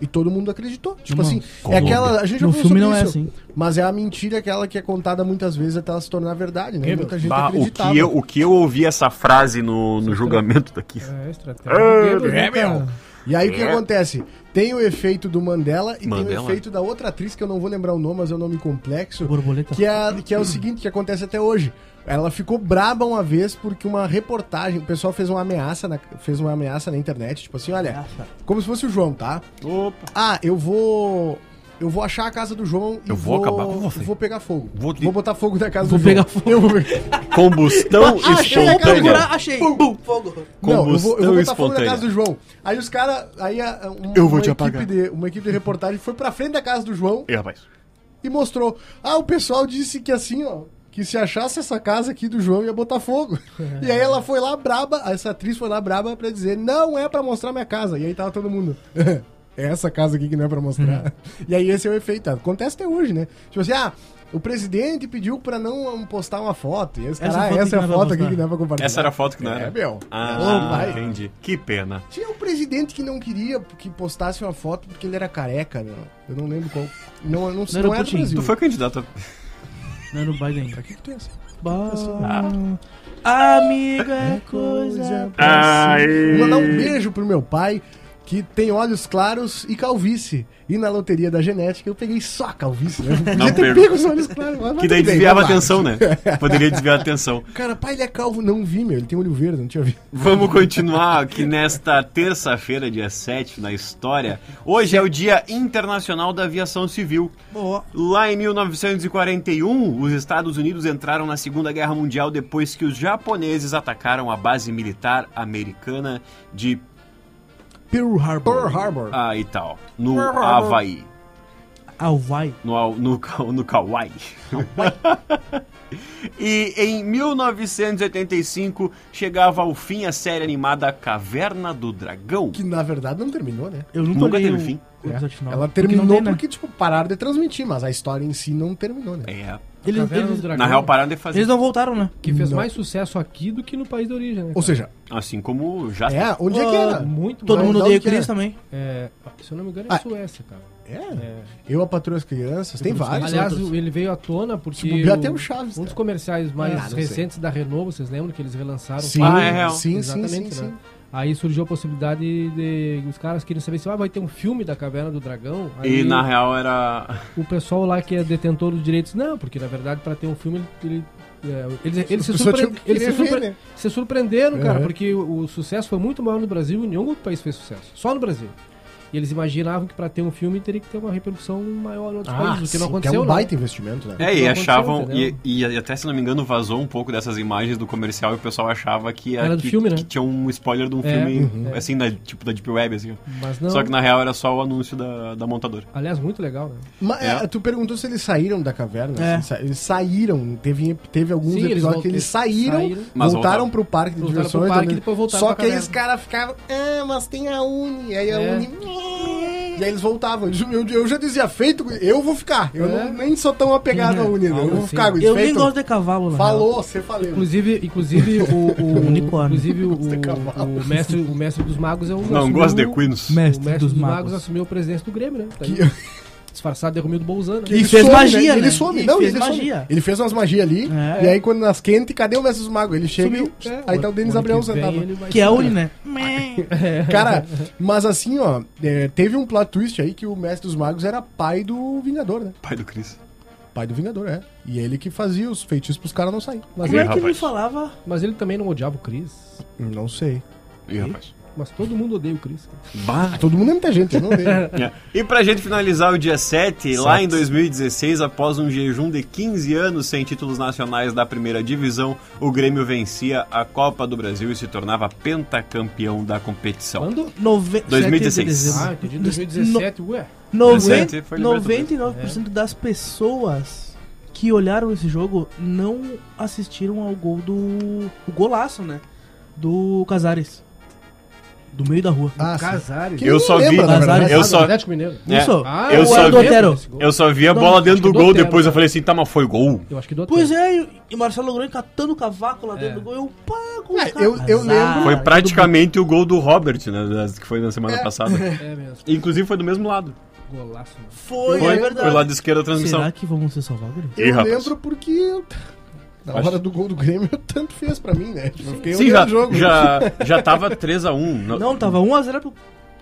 Speaker 4: E todo mundo acreditou. Tipo
Speaker 7: Não,
Speaker 4: assim, é
Speaker 3: Colômbia.
Speaker 4: aquela. A gente já
Speaker 7: No
Speaker 4: falou sobre
Speaker 7: filme não é
Speaker 4: isso,
Speaker 7: assim.
Speaker 4: Mas é a mentira aquela que é contada muitas vezes até ela se tornar verdade, né?
Speaker 6: Que-
Speaker 4: Muita gente
Speaker 5: Bah, Ah, o,
Speaker 4: acreditava.
Speaker 5: que eu, o que eu ouvi essa frase no,
Speaker 4: tá-
Speaker 5: no julgamento daqui.
Speaker 6: É, estratégia. do dedo,
Speaker 5: é,
Speaker 6: né, cara?
Speaker 4: E aí o que acontece? Tem o efeito do Mandela e tem o
Speaker 5: Mandela?
Speaker 4: efeito da outra atriz, que eu não vou lembrar o nome, mas é um nome complexo.
Speaker 7: Borboleta.
Speaker 4: Que é, que é o seguinte, que acontece até hoje. Ela ficou braba uma vez porque uma reportagem, o pessoal fez uma ameaça na, fez uma ameaça na internet, tipo assim, olha,
Speaker 7: Ameaça.
Speaker 4: como se fosse o João, tá?
Speaker 5: Opa.
Speaker 4: Ah, eu vou eu vou achar a casa do João e
Speaker 5: Eu vou acabar com você.
Speaker 4: Vou pegar fogo.
Speaker 5: Vou
Speaker 4: Vou,
Speaker 5: te-
Speaker 4: botar fogo na casa
Speaker 7: Vou
Speaker 4: do
Speaker 7: pegar
Speaker 4: João.
Speaker 7: fogo.
Speaker 4: Eu vou pegar
Speaker 5: Combustão espontânea.
Speaker 7: achei. Bum, fogo.
Speaker 4: Não, eu vou, eu vou
Speaker 5: Combustão
Speaker 4: botar fogo na
Speaker 5: espontânea.
Speaker 4: casa do João. Aí os caras, aí a- um-
Speaker 3: Eu vou
Speaker 4: uma equipe
Speaker 3: te apagar.
Speaker 4: de uma equipe de reportagem foi pra frente da casa do João
Speaker 5: É.
Speaker 3: E, rapaz.
Speaker 4: e mostrou. Ah, o pessoal disse que assim, ó, que se achasse essa casa aqui do João ia botar fogo. E aí ela foi lá braba, essa atriz foi lá braba pra dizer, não é pra mostrar minha casa. E aí tava todo mundo. É essa casa aqui que não é pra
Speaker 7: Uhum.
Speaker 4: mostrar. E aí esse é o efeito. Acontece até hoje, né? Tipo assim, ah, o presidente pediu pra não um, postar uma foto. E esse
Speaker 7: Essa
Speaker 4: cara, ah,
Speaker 7: foto
Speaker 4: essa é a
Speaker 7: que não é pra
Speaker 4: foto aqui
Speaker 7: postar.
Speaker 4: que não é pra compartilhar.
Speaker 5: Essa era a foto que não
Speaker 4: É,
Speaker 5: era.
Speaker 4: meu.
Speaker 5: Ah,
Speaker 4: Opa.
Speaker 5: entendi. Que pena.
Speaker 4: Tinha um presidente que não queria que postasse uma foto porque ele era careca, né? Eu não lembro qual. Não, não, não,
Speaker 7: era o
Speaker 4: era do
Speaker 7: Putin.
Speaker 4: Brasil.
Speaker 5: Tu foi candidato é a... tá
Speaker 7: Não era o Biden.
Speaker 4: Pra que que tu é assim? ia ser?
Speaker 7: Ah. Amiga é coisa.
Speaker 4: Vou Mandar um beijo pro meu pai, que tem olhos claros e calvície. E na loteria da genética eu peguei só a calvície, né? Eu
Speaker 5: Não
Speaker 4: Podia ter
Speaker 5: perco.
Speaker 4: pego os olhos claros. mas- mas
Speaker 5: Que daí
Speaker 4: tudo bem,
Speaker 5: desviava a
Speaker 4: vamos lá.
Speaker 5: atenção, né? Poderia desviar a atenção.
Speaker 4: Cara, pai, ele é calvo. Não vi, meu. Ele tem olho verde, não tinha visto.
Speaker 5: Vamos continuar aqui nesta terça-feira, dia 7, na história. Hoje é o Dia Internacional da Aviação Civil.
Speaker 7: Boa.
Speaker 5: Lá em 1941, os Estados Unidos entraram na Segunda Guerra Mundial depois que os japoneses atacaram a base militar americana de
Speaker 7: Pearl Harbor.
Speaker 4: Pearl Harbor.
Speaker 5: ah, e tal, no Havaí,
Speaker 7: Ah, Alvai.
Speaker 5: no, Au- no, Ka- no Kauai. e em 1985 chegava ao fim a série animada Caverna do Dragão.
Speaker 4: Que na verdade não terminou, né?
Speaker 7: Eu nunca,
Speaker 5: Nunca
Speaker 7: olhei
Speaker 5: teve
Speaker 7: o-
Speaker 5: fim.
Speaker 7: o episódio final.
Speaker 4: Ela
Speaker 7: Porque não
Speaker 4: terminou
Speaker 7: tem,
Speaker 4: porque,
Speaker 7: né?
Speaker 4: tipo, pararam de transmitir, mas a história em si não terminou, né?
Speaker 5: É,
Speaker 7: Eles-
Speaker 6: Caverna
Speaker 7: eles-
Speaker 6: do Dragão,
Speaker 5: na real pararam de fazer.
Speaker 7: eles não voltaram, né?
Speaker 6: Que fez
Speaker 4: Não.
Speaker 6: mais sucesso aqui do que no país de origem, né?
Speaker 4: Ou
Speaker 6: cara?
Speaker 4: seja,
Speaker 5: Assim como já.
Speaker 4: é, onde é que era?
Speaker 6: muito
Speaker 4: Mas
Speaker 7: Todo
Speaker 6: mais.
Speaker 7: mundo
Speaker 4: da
Speaker 7: odeia o
Speaker 4: onde que
Speaker 7: Chris
Speaker 4: é?
Speaker 7: também.
Speaker 6: É, se eu não me engano, é
Speaker 4: Ah.
Speaker 6: Suécia, cara.
Speaker 4: É.
Speaker 6: É.
Speaker 4: Eu, a Patroa e as Crianças, tem vários.
Speaker 6: Aliás,
Speaker 4: outros.
Speaker 6: ele veio à tona porque.
Speaker 4: Se bobear, tem o Chaves,
Speaker 6: Um dos
Speaker 4: cara.
Speaker 6: comerciais mais
Speaker 4: Ah, não sei.
Speaker 6: recentes da Renault, vocês lembram que eles relançaram?
Speaker 4: sim,
Speaker 5: Ah, é real.
Speaker 4: sim, sim, sim,
Speaker 6: Exatamente,
Speaker 4: sim.
Speaker 6: né? Aí surgiu a possibilidade de. Os caras queriam saber se ah, vai ter um filme da Caverna do Dragão. Aí
Speaker 5: E na real era.
Speaker 6: o pessoal lá que é detentor dos direitos, não, porque na verdade pra ter um filme ele. ele- é, eles, eles, se,
Speaker 4: pessoa
Speaker 6: surpre-
Speaker 4: tinha que
Speaker 6: eles se,
Speaker 4: querer ver,
Speaker 6: surpre-
Speaker 4: né?
Speaker 6: se surpreenderam, cara,
Speaker 4: Uhum.
Speaker 6: porque o, o sucesso foi muito maior no Brasil e nenhum outro país fez sucesso. Só no Brasil. E eles imaginavam que pra ter um filme teria que ter uma repercussão maior em outros países, o que não
Speaker 4: sim,
Speaker 6: aconteceu.
Speaker 4: que é um
Speaker 6: né?
Speaker 4: baita investimento, né?
Speaker 5: É, e
Speaker 6: Não aconteceu,
Speaker 5: achavam. E,
Speaker 6: entendeu?
Speaker 5: e até, se não me engano, vazou um pouco dessas imagens do comercial e o pessoal achava que,
Speaker 6: Era do
Speaker 5: que,
Speaker 6: filme, né?
Speaker 5: que tinha um spoiler de um
Speaker 6: É,
Speaker 5: filme,
Speaker 6: uhum.
Speaker 5: assim, da, tipo da Deep Web, assim.
Speaker 6: Mas não.
Speaker 5: Só que na real era só o anúncio da, da montadora.
Speaker 6: Aliás, muito legal, né?
Speaker 4: Mas, é,
Speaker 5: É.
Speaker 4: tu perguntou se eles saíram da caverna.
Speaker 7: É.
Speaker 4: assim, sa- eles saíram. Teve, teve alguns
Speaker 6: Sim, eles
Speaker 4: episódios que
Speaker 6: voltam-
Speaker 4: eles saíram,
Speaker 6: saíram.
Speaker 5: Mas
Speaker 4: voltaram
Speaker 5: voltaram.
Speaker 4: pro parque de
Speaker 6: Voltaram pro
Speaker 4: diversões.
Speaker 6: parque
Speaker 4: entendeu?
Speaker 6: e depois voltaram
Speaker 4: Só
Speaker 6: pra
Speaker 4: que aí
Speaker 6: caverna.
Speaker 4: os caras ficavam, ah, mas tem a Uni. Aí a
Speaker 6: É.
Speaker 4: Uni. "Ah", E aí eles voltavam. Eles- Eu, eu já dizia, feito, eu vou ficar. Eu
Speaker 6: É.
Speaker 4: não- nem sou tão apegado à
Speaker 6: É.
Speaker 4: Uni. né? Eu
Speaker 6: Algo
Speaker 4: vou
Speaker 6: assim.
Speaker 4: ficar com isso.
Speaker 7: Eu nem
Speaker 4: feito.
Speaker 7: gosto de cavalo, né? lá.
Speaker 4: Falou, você falou.
Speaker 6: Inclusive, inclusive o, o
Speaker 7: Unicórnio.
Speaker 6: inclusive o,
Speaker 4: de cavalo.
Speaker 6: o mestre, o mestre dos magos é o
Speaker 5: é Não,
Speaker 6: assumiu-
Speaker 5: gosto de Queens.
Speaker 6: O
Speaker 7: Mestre,
Speaker 6: mestre dos, magos. assumiu a presença do Grêmio, né? Tá aí, Disfarçado de Romildo Bolzano. né?
Speaker 7: fez
Speaker 4: some,
Speaker 7: magia,
Speaker 4: Ele
Speaker 7: né?
Speaker 4: some.
Speaker 7: E
Speaker 4: não,
Speaker 7: fez
Speaker 4: ele some.
Speaker 7: magia.
Speaker 4: Ele fez umas magias ali.
Speaker 7: É.
Speaker 4: E aí, quando nas quentes, cadê o Mestre dos Magos? Ele chega
Speaker 6: Sumiu.
Speaker 4: e.
Speaker 6: É,
Speaker 4: aí tá o Denis
Speaker 6: ano
Speaker 4: Abraão
Speaker 6: que vem
Speaker 4: sentado.
Speaker 6: ele vai
Speaker 7: Que é a
Speaker 6: ser-
Speaker 7: Uni, né?
Speaker 4: Cara, mas assim, ó, é, teve um plot twist aí que o Mestre dos Magos era pai do Vingador, né?
Speaker 5: Pai do Chris.
Speaker 4: Pai do Vingador, é. E ele que fazia os feitiços pros caras não saírem.
Speaker 6: Mas
Speaker 7: Como
Speaker 6: ele,
Speaker 7: é que ele
Speaker 5: rapaz.
Speaker 7: falava?
Speaker 6: mas ele também não odiava o Chris.
Speaker 4: Não sei.
Speaker 5: Ih, rapaz.
Speaker 6: Mas todo mundo odeia o Chris. cara.
Speaker 5: Bah.
Speaker 4: Todo mundo é muita gente, eu não vejo.
Speaker 5: É. E pra gente finalizar o dia 7, lá em 2016, após um jejum de 15 anos sem títulos nacionais da primeira divisão, o Grêmio vencia a Copa do Brasil e se tornava pentacampeão da competição.
Speaker 6: Quando?
Speaker 7: Nove...
Speaker 5: 2016.
Speaker 7: 7
Speaker 6: Ah,
Speaker 7: de
Speaker 6: entendi.
Speaker 7: dezembro.
Speaker 6: 2017, ué.
Speaker 7: No-
Speaker 5: Dezessete foi Libertadores.
Speaker 7: 99% das pessoas que olharam esse jogo não assistiram ao gol do. O golaço, né? Do Casares. Do meio da rua.
Speaker 4: Ah, sim.
Speaker 6: Casares. Ah,
Speaker 4: Que
Speaker 5: Eu
Speaker 4: ninguém
Speaker 5: só vi-
Speaker 4: lembra, na
Speaker 7: Azar-
Speaker 4: verdade. né?
Speaker 5: Eu só-
Speaker 6: Atlético Mineiro.
Speaker 5: É,
Speaker 7: Isso.
Speaker 6: Ah,
Speaker 5: eu,
Speaker 7: o
Speaker 5: só
Speaker 7: era do
Speaker 5: vi,
Speaker 7: Otero.
Speaker 5: eu só vi a
Speaker 7: Não,
Speaker 5: bola
Speaker 6: acho
Speaker 5: dentro
Speaker 6: que
Speaker 5: do
Speaker 6: do
Speaker 5: gol,
Speaker 6: Otero,
Speaker 5: depois eu
Speaker 6: cara.
Speaker 4: né?
Speaker 5: falei assim, tá, mas foi gol?
Speaker 6: Eu acho que do Atlético.
Speaker 7: Pois é, e- e Marcelo Grande catando o cavaco lá dentro
Speaker 6: É.
Speaker 7: do gol. Eu pago.
Speaker 4: É, eu- eu lembro-
Speaker 5: Foi praticamente o gol do Robert, né, das- que foi na semana passada.
Speaker 6: É mesmo.
Speaker 5: Inclusive foi do mesmo lado.
Speaker 6: Golaço. né?
Speaker 7: Foi,
Speaker 5: Foi,
Speaker 7: é verdade.
Speaker 5: foi lado esquerdo da transmissão.
Speaker 7: Será que vamos ser salvados? Grêmio?
Speaker 5: Ih,
Speaker 4: né? Eu
Speaker 5: rapaz.
Speaker 4: lembro porque eu- na
Speaker 5: Acho-
Speaker 4: hora do gol do Grêmio eu tanto fez pra mim, né? Tipo, eu fiquei
Speaker 5: Sim,
Speaker 4: olhando
Speaker 5: já,
Speaker 4: o jogo.
Speaker 5: já, já tava 3x1. no-
Speaker 7: Não, tava 1x0 pro.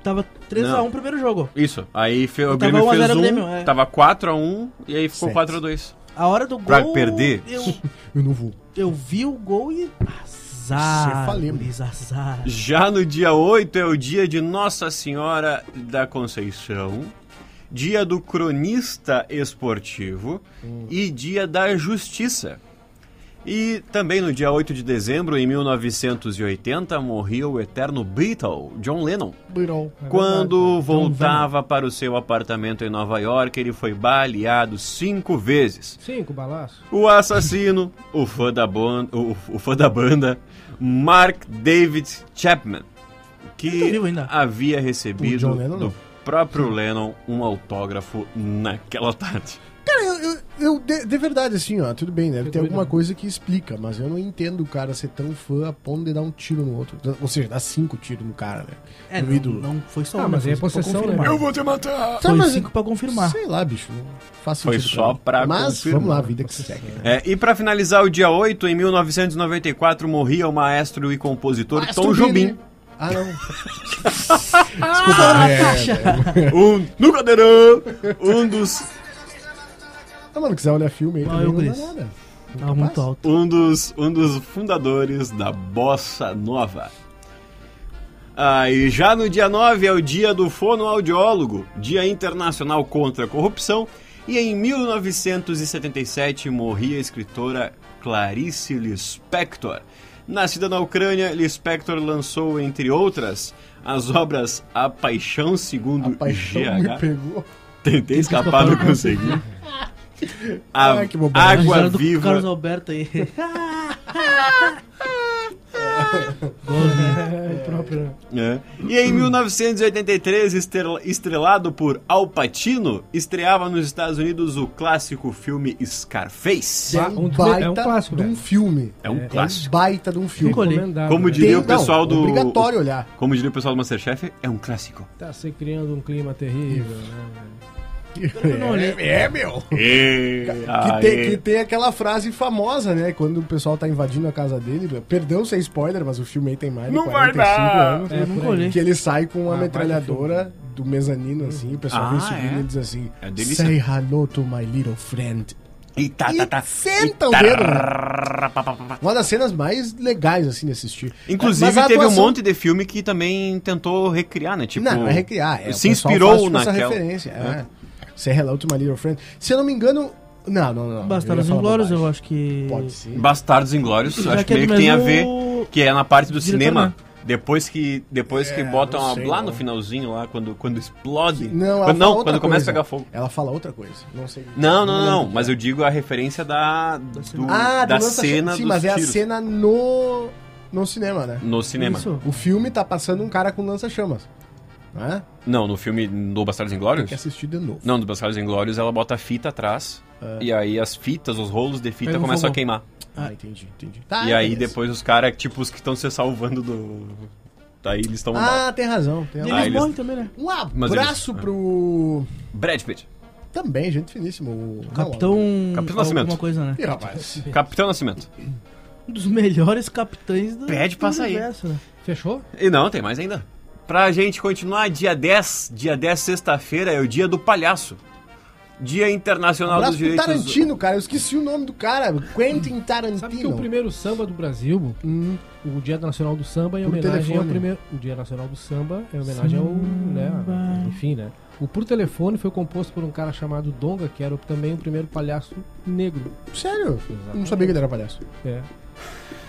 Speaker 7: Tava 3x1
Speaker 5: Não.
Speaker 7: primeiro jogo.
Speaker 5: Isso. Aí fe- o
Speaker 7: Tava
Speaker 5: Grêmio
Speaker 7: 1 a 0
Speaker 5: fez um,
Speaker 7: Grêmio, é.
Speaker 5: tava 4x1 e aí ficou
Speaker 4: Certo.
Speaker 5: 4x2.
Speaker 7: A hora do gol.
Speaker 5: Pra perder?
Speaker 7: Eu,
Speaker 4: Eu não vou.
Speaker 7: eu vi o gol e.
Speaker 4: Você
Speaker 7: Azar.
Speaker 4: falemos.
Speaker 7: guris, azar.
Speaker 5: Já no dia 8 é o dia de Nossa Senhora da Conceição, dia do cronista esportivo e dia da justiça. E também no dia 8 de dezembro, em 1980, morria o eterno Beatle, John Lennon.
Speaker 6: É
Speaker 4: Birol.
Speaker 5: Quando
Speaker 7: John
Speaker 5: voltava para o seu apartamento em Nova York, ele foi baleado cinco vezes.
Speaker 6: Cinco balaços.
Speaker 5: O assassino, o fã da banda, o, o fã da banda Mark David Chapman,
Speaker 7: Ele tá
Speaker 5: que
Speaker 7: vivo ainda.
Speaker 5: havia
Speaker 4: O John
Speaker 5: recebido
Speaker 4: Lennon, não.
Speaker 5: do próprio Lennon um autógrafo naquela tarde.
Speaker 4: Cara, É, eu, eu- eu- de, de verdade, assim, ó, tudo bem, deve
Speaker 6: Eu
Speaker 4: ter
Speaker 6: também
Speaker 4: alguma
Speaker 6: não.
Speaker 4: coisa que explica, mas eu não entendo o cara ser tão fã a ponto de dar um tiro no outro. Ou seja, dar cinco tiros no cara, né?
Speaker 7: É,
Speaker 4: No
Speaker 7: não,
Speaker 4: ídolo.
Speaker 7: não foi só
Speaker 6: Ah,
Speaker 7: um,
Speaker 6: mas
Speaker 7: né?
Speaker 6: aí é
Speaker 7: Foi pra
Speaker 6: possessão, né?
Speaker 7: confirmar.
Speaker 6: Eu
Speaker 5: vou te matar!
Speaker 4: Tá,
Speaker 7: Foi
Speaker 4: mas-
Speaker 7: cinco pra confirmar.
Speaker 4: Sei lá, bicho. Não faz
Speaker 5: Foi
Speaker 4: sentido
Speaker 5: só
Speaker 4: mim.
Speaker 5: pra
Speaker 4: Mas
Speaker 5: confirmar.
Speaker 4: vamos lá, vida que segue. né?
Speaker 5: É, e pra finalizar o dia 8, em 1994, morria o maestro e compositor
Speaker 4: Maestro
Speaker 5: Tom Jobim.
Speaker 4: Bini. Ah, não.
Speaker 7: Ah, Natasha!
Speaker 5: Um, no cadeirão, um dos,
Speaker 4: Ah, mano, quiser olhar filme aí,
Speaker 7: Não,
Speaker 4: também
Speaker 7: eu
Speaker 4: não dá
Speaker 7: Gris.
Speaker 4: nada.
Speaker 7: Tava muito alto.
Speaker 5: um, dos, um dos fundadores da Bossa Nova. Ah, e já no dia 9 é o dia do fonoaudiólogo, Dia Internacional contra a Corrupção, e em 1977 morria a escritora Clarice Lispector. Nascida na Ucrânia, Lispector lançou, entre outras, as obras A Paixão
Speaker 4: A
Speaker 5: Segundo
Speaker 4: paixão me
Speaker 5: GH.
Speaker 4: pegou.
Speaker 5: Tentei escapar, não consegui. A
Speaker 4: Ai, que bobagem.
Speaker 5: Água
Speaker 7: Risada do
Speaker 5: Viva.
Speaker 7: Carlos Alberto aí. Gosto, né?
Speaker 6: É, o próprio. né?
Speaker 5: É. E em 1983, estrel- estrelado por Al Pacino, estreava nos Estados Unidos o clássico filme Scarface.
Speaker 6: Ba- um dos me- é um clássico,
Speaker 4: de um
Speaker 6: velho.
Speaker 4: filme.
Speaker 5: É um
Speaker 4: É um
Speaker 5: clássico.
Speaker 4: baita de um filme.
Speaker 7: Ficou ali.
Speaker 6: Recomendado,
Speaker 5: Como
Speaker 6: né?
Speaker 5: diria
Speaker 4: Tem-
Speaker 5: o
Speaker 4: não,
Speaker 5: pessoal
Speaker 4: é
Speaker 5: do-
Speaker 4: Obrigatório olhar.
Speaker 5: Como diria o pessoal do Masterchef, é um clássico.
Speaker 6: Tá se criando um clima terrível, né?
Speaker 7: eu não olhei.
Speaker 4: É, meu. Que tem, que tem aquela frase famosa, né? Quando o pessoal tá invadindo a casa dele. Perdão ser spoiler, mas o filme aí tem mais de
Speaker 5: Não vai
Speaker 4: 45
Speaker 5: dar.
Speaker 4: anos. né?
Speaker 6: É,
Speaker 7: Eu nunca
Speaker 6: por aí.
Speaker 7: olhei.
Speaker 4: Que ele sai com uma
Speaker 6: Ah,
Speaker 4: metralhadora do mezanino, assim. O pessoal vem
Speaker 5: Ah,
Speaker 4: subindo
Speaker 5: é?
Speaker 4: e ele diz assim:
Speaker 5: É delícia.
Speaker 4: Say hello to my little friend.
Speaker 5: E tá, tá, tá.
Speaker 4: E senta o dedo. né? Uma das cenas mais legais, assim, de assistir.
Speaker 5: Inclusive,
Speaker 4: Mas a
Speaker 5: teve um
Speaker 4: atuação-
Speaker 5: monte de filme que também tentou recriar, né? Tipo,
Speaker 4: não, não é recriar. É, o
Speaker 5: se
Speaker 4: pessoal faz,
Speaker 5: inspirou
Speaker 4: tipo, essa
Speaker 5: naquela.
Speaker 4: referência. É. Say hello to my little friend. Se eu não me engano. Não, não, não.
Speaker 7: Bastardos
Speaker 4: eu ia falar
Speaker 7: Inglórios, eu
Speaker 4: bobagem.
Speaker 7: acho que.
Speaker 4: Pode ser.
Speaker 5: Bastardos Inglórios,
Speaker 7: Já
Speaker 5: acho que
Speaker 7: que é
Speaker 5: meio
Speaker 7: do
Speaker 5: que tem a ver,
Speaker 7: mesmo
Speaker 5: que é na parte do
Speaker 7: diretor,
Speaker 5: cinema.
Speaker 7: né?
Speaker 5: Depois que, depois
Speaker 4: É,
Speaker 5: que botam
Speaker 4: não
Speaker 5: a-
Speaker 4: sei,
Speaker 5: lá
Speaker 4: não.
Speaker 5: no finalzinho, lá, quando, quando explode.
Speaker 4: Não, ela
Speaker 5: quando,
Speaker 4: fala
Speaker 5: não,
Speaker 4: outra
Speaker 5: quando começa
Speaker 4: coisa.
Speaker 5: a pegar fogo.
Speaker 4: Ela fala outra coisa. Não sei.
Speaker 5: Não, não, não, não,
Speaker 4: lembro.
Speaker 5: mas eu digo a referência da, do-
Speaker 4: Ah,
Speaker 5: da
Speaker 4: do lança-
Speaker 5: cena
Speaker 4: Sim,
Speaker 5: dos
Speaker 4: mas é a
Speaker 5: tiros
Speaker 4: cena no. No cinema, né?
Speaker 5: no cinema.
Speaker 7: Isso.
Speaker 4: O filme tá passando um cara com lança-chamas. Né?
Speaker 5: Não, no filme do Bastardos
Speaker 4: Tem que é
Speaker 5: Inglórios?
Speaker 4: assistir de novo.
Speaker 5: Não, do Bastardos Inglórios ela bota a fita atrás e aí as fitas, os rolos de fita
Speaker 7: Pega um
Speaker 5: começam a
Speaker 7: fogo.
Speaker 5: queimar.
Speaker 4: Ah, entendi, entendi. Tá,
Speaker 5: e aí
Speaker 4: beleza.
Speaker 5: depois os caras, tipo, os que estão se salvando do... Daí eles estão...
Speaker 4: Ah, tem razão. Tem
Speaker 7: E
Speaker 4: razão.
Speaker 5: Ah,
Speaker 7: eles
Speaker 5: eles-
Speaker 7: morrem também, né?
Speaker 4: Um
Speaker 5: Mas
Speaker 4: abraço
Speaker 5: eles- Ah.
Speaker 4: pro.
Speaker 5: Brad Pitt.
Speaker 4: Também, gente finíssimo. o-
Speaker 7: Capitão.
Speaker 5: Capitão
Speaker 7: Alguma
Speaker 5: Nascimento.
Speaker 7: coisa, né?
Speaker 4: Ih, rapaz.
Speaker 5: Capitão Nascimento.
Speaker 7: Um dos melhores capitães do.
Speaker 5: Pede pra
Speaker 7: do
Speaker 5: sair.
Speaker 7: universo, né?
Speaker 6: Fechou?
Speaker 5: E não, tem mais ainda. Pra gente continuar, dia 10, dia 10, sexta-feira, é o dia do palhaço. Dia Internacional
Speaker 4: Abraço
Speaker 5: dos
Speaker 4: pro
Speaker 5: Direitos... Hum.
Speaker 4: Tarantino, cara. Eu esqueci o nome do cara. Quentin Tarantino.
Speaker 6: Sabe que o primeiro samba do Brasil,
Speaker 4: Hum,
Speaker 6: o Dia Nacional do Samba, é
Speaker 4: Por
Speaker 6: homenagem ao
Speaker 4: telefone.
Speaker 6: primeiro. O Dia Nacional do Samba é homenagem ao. Né,
Speaker 7: Samba.
Speaker 6: enfim, né? O Por Telefone foi composto por um cara chamado Donga, que era o- também o primeiro palhaço negro.
Speaker 4: sério? Eu não
Speaker 6: Exatamente.
Speaker 4: sabia que ele era palhaço.
Speaker 6: É.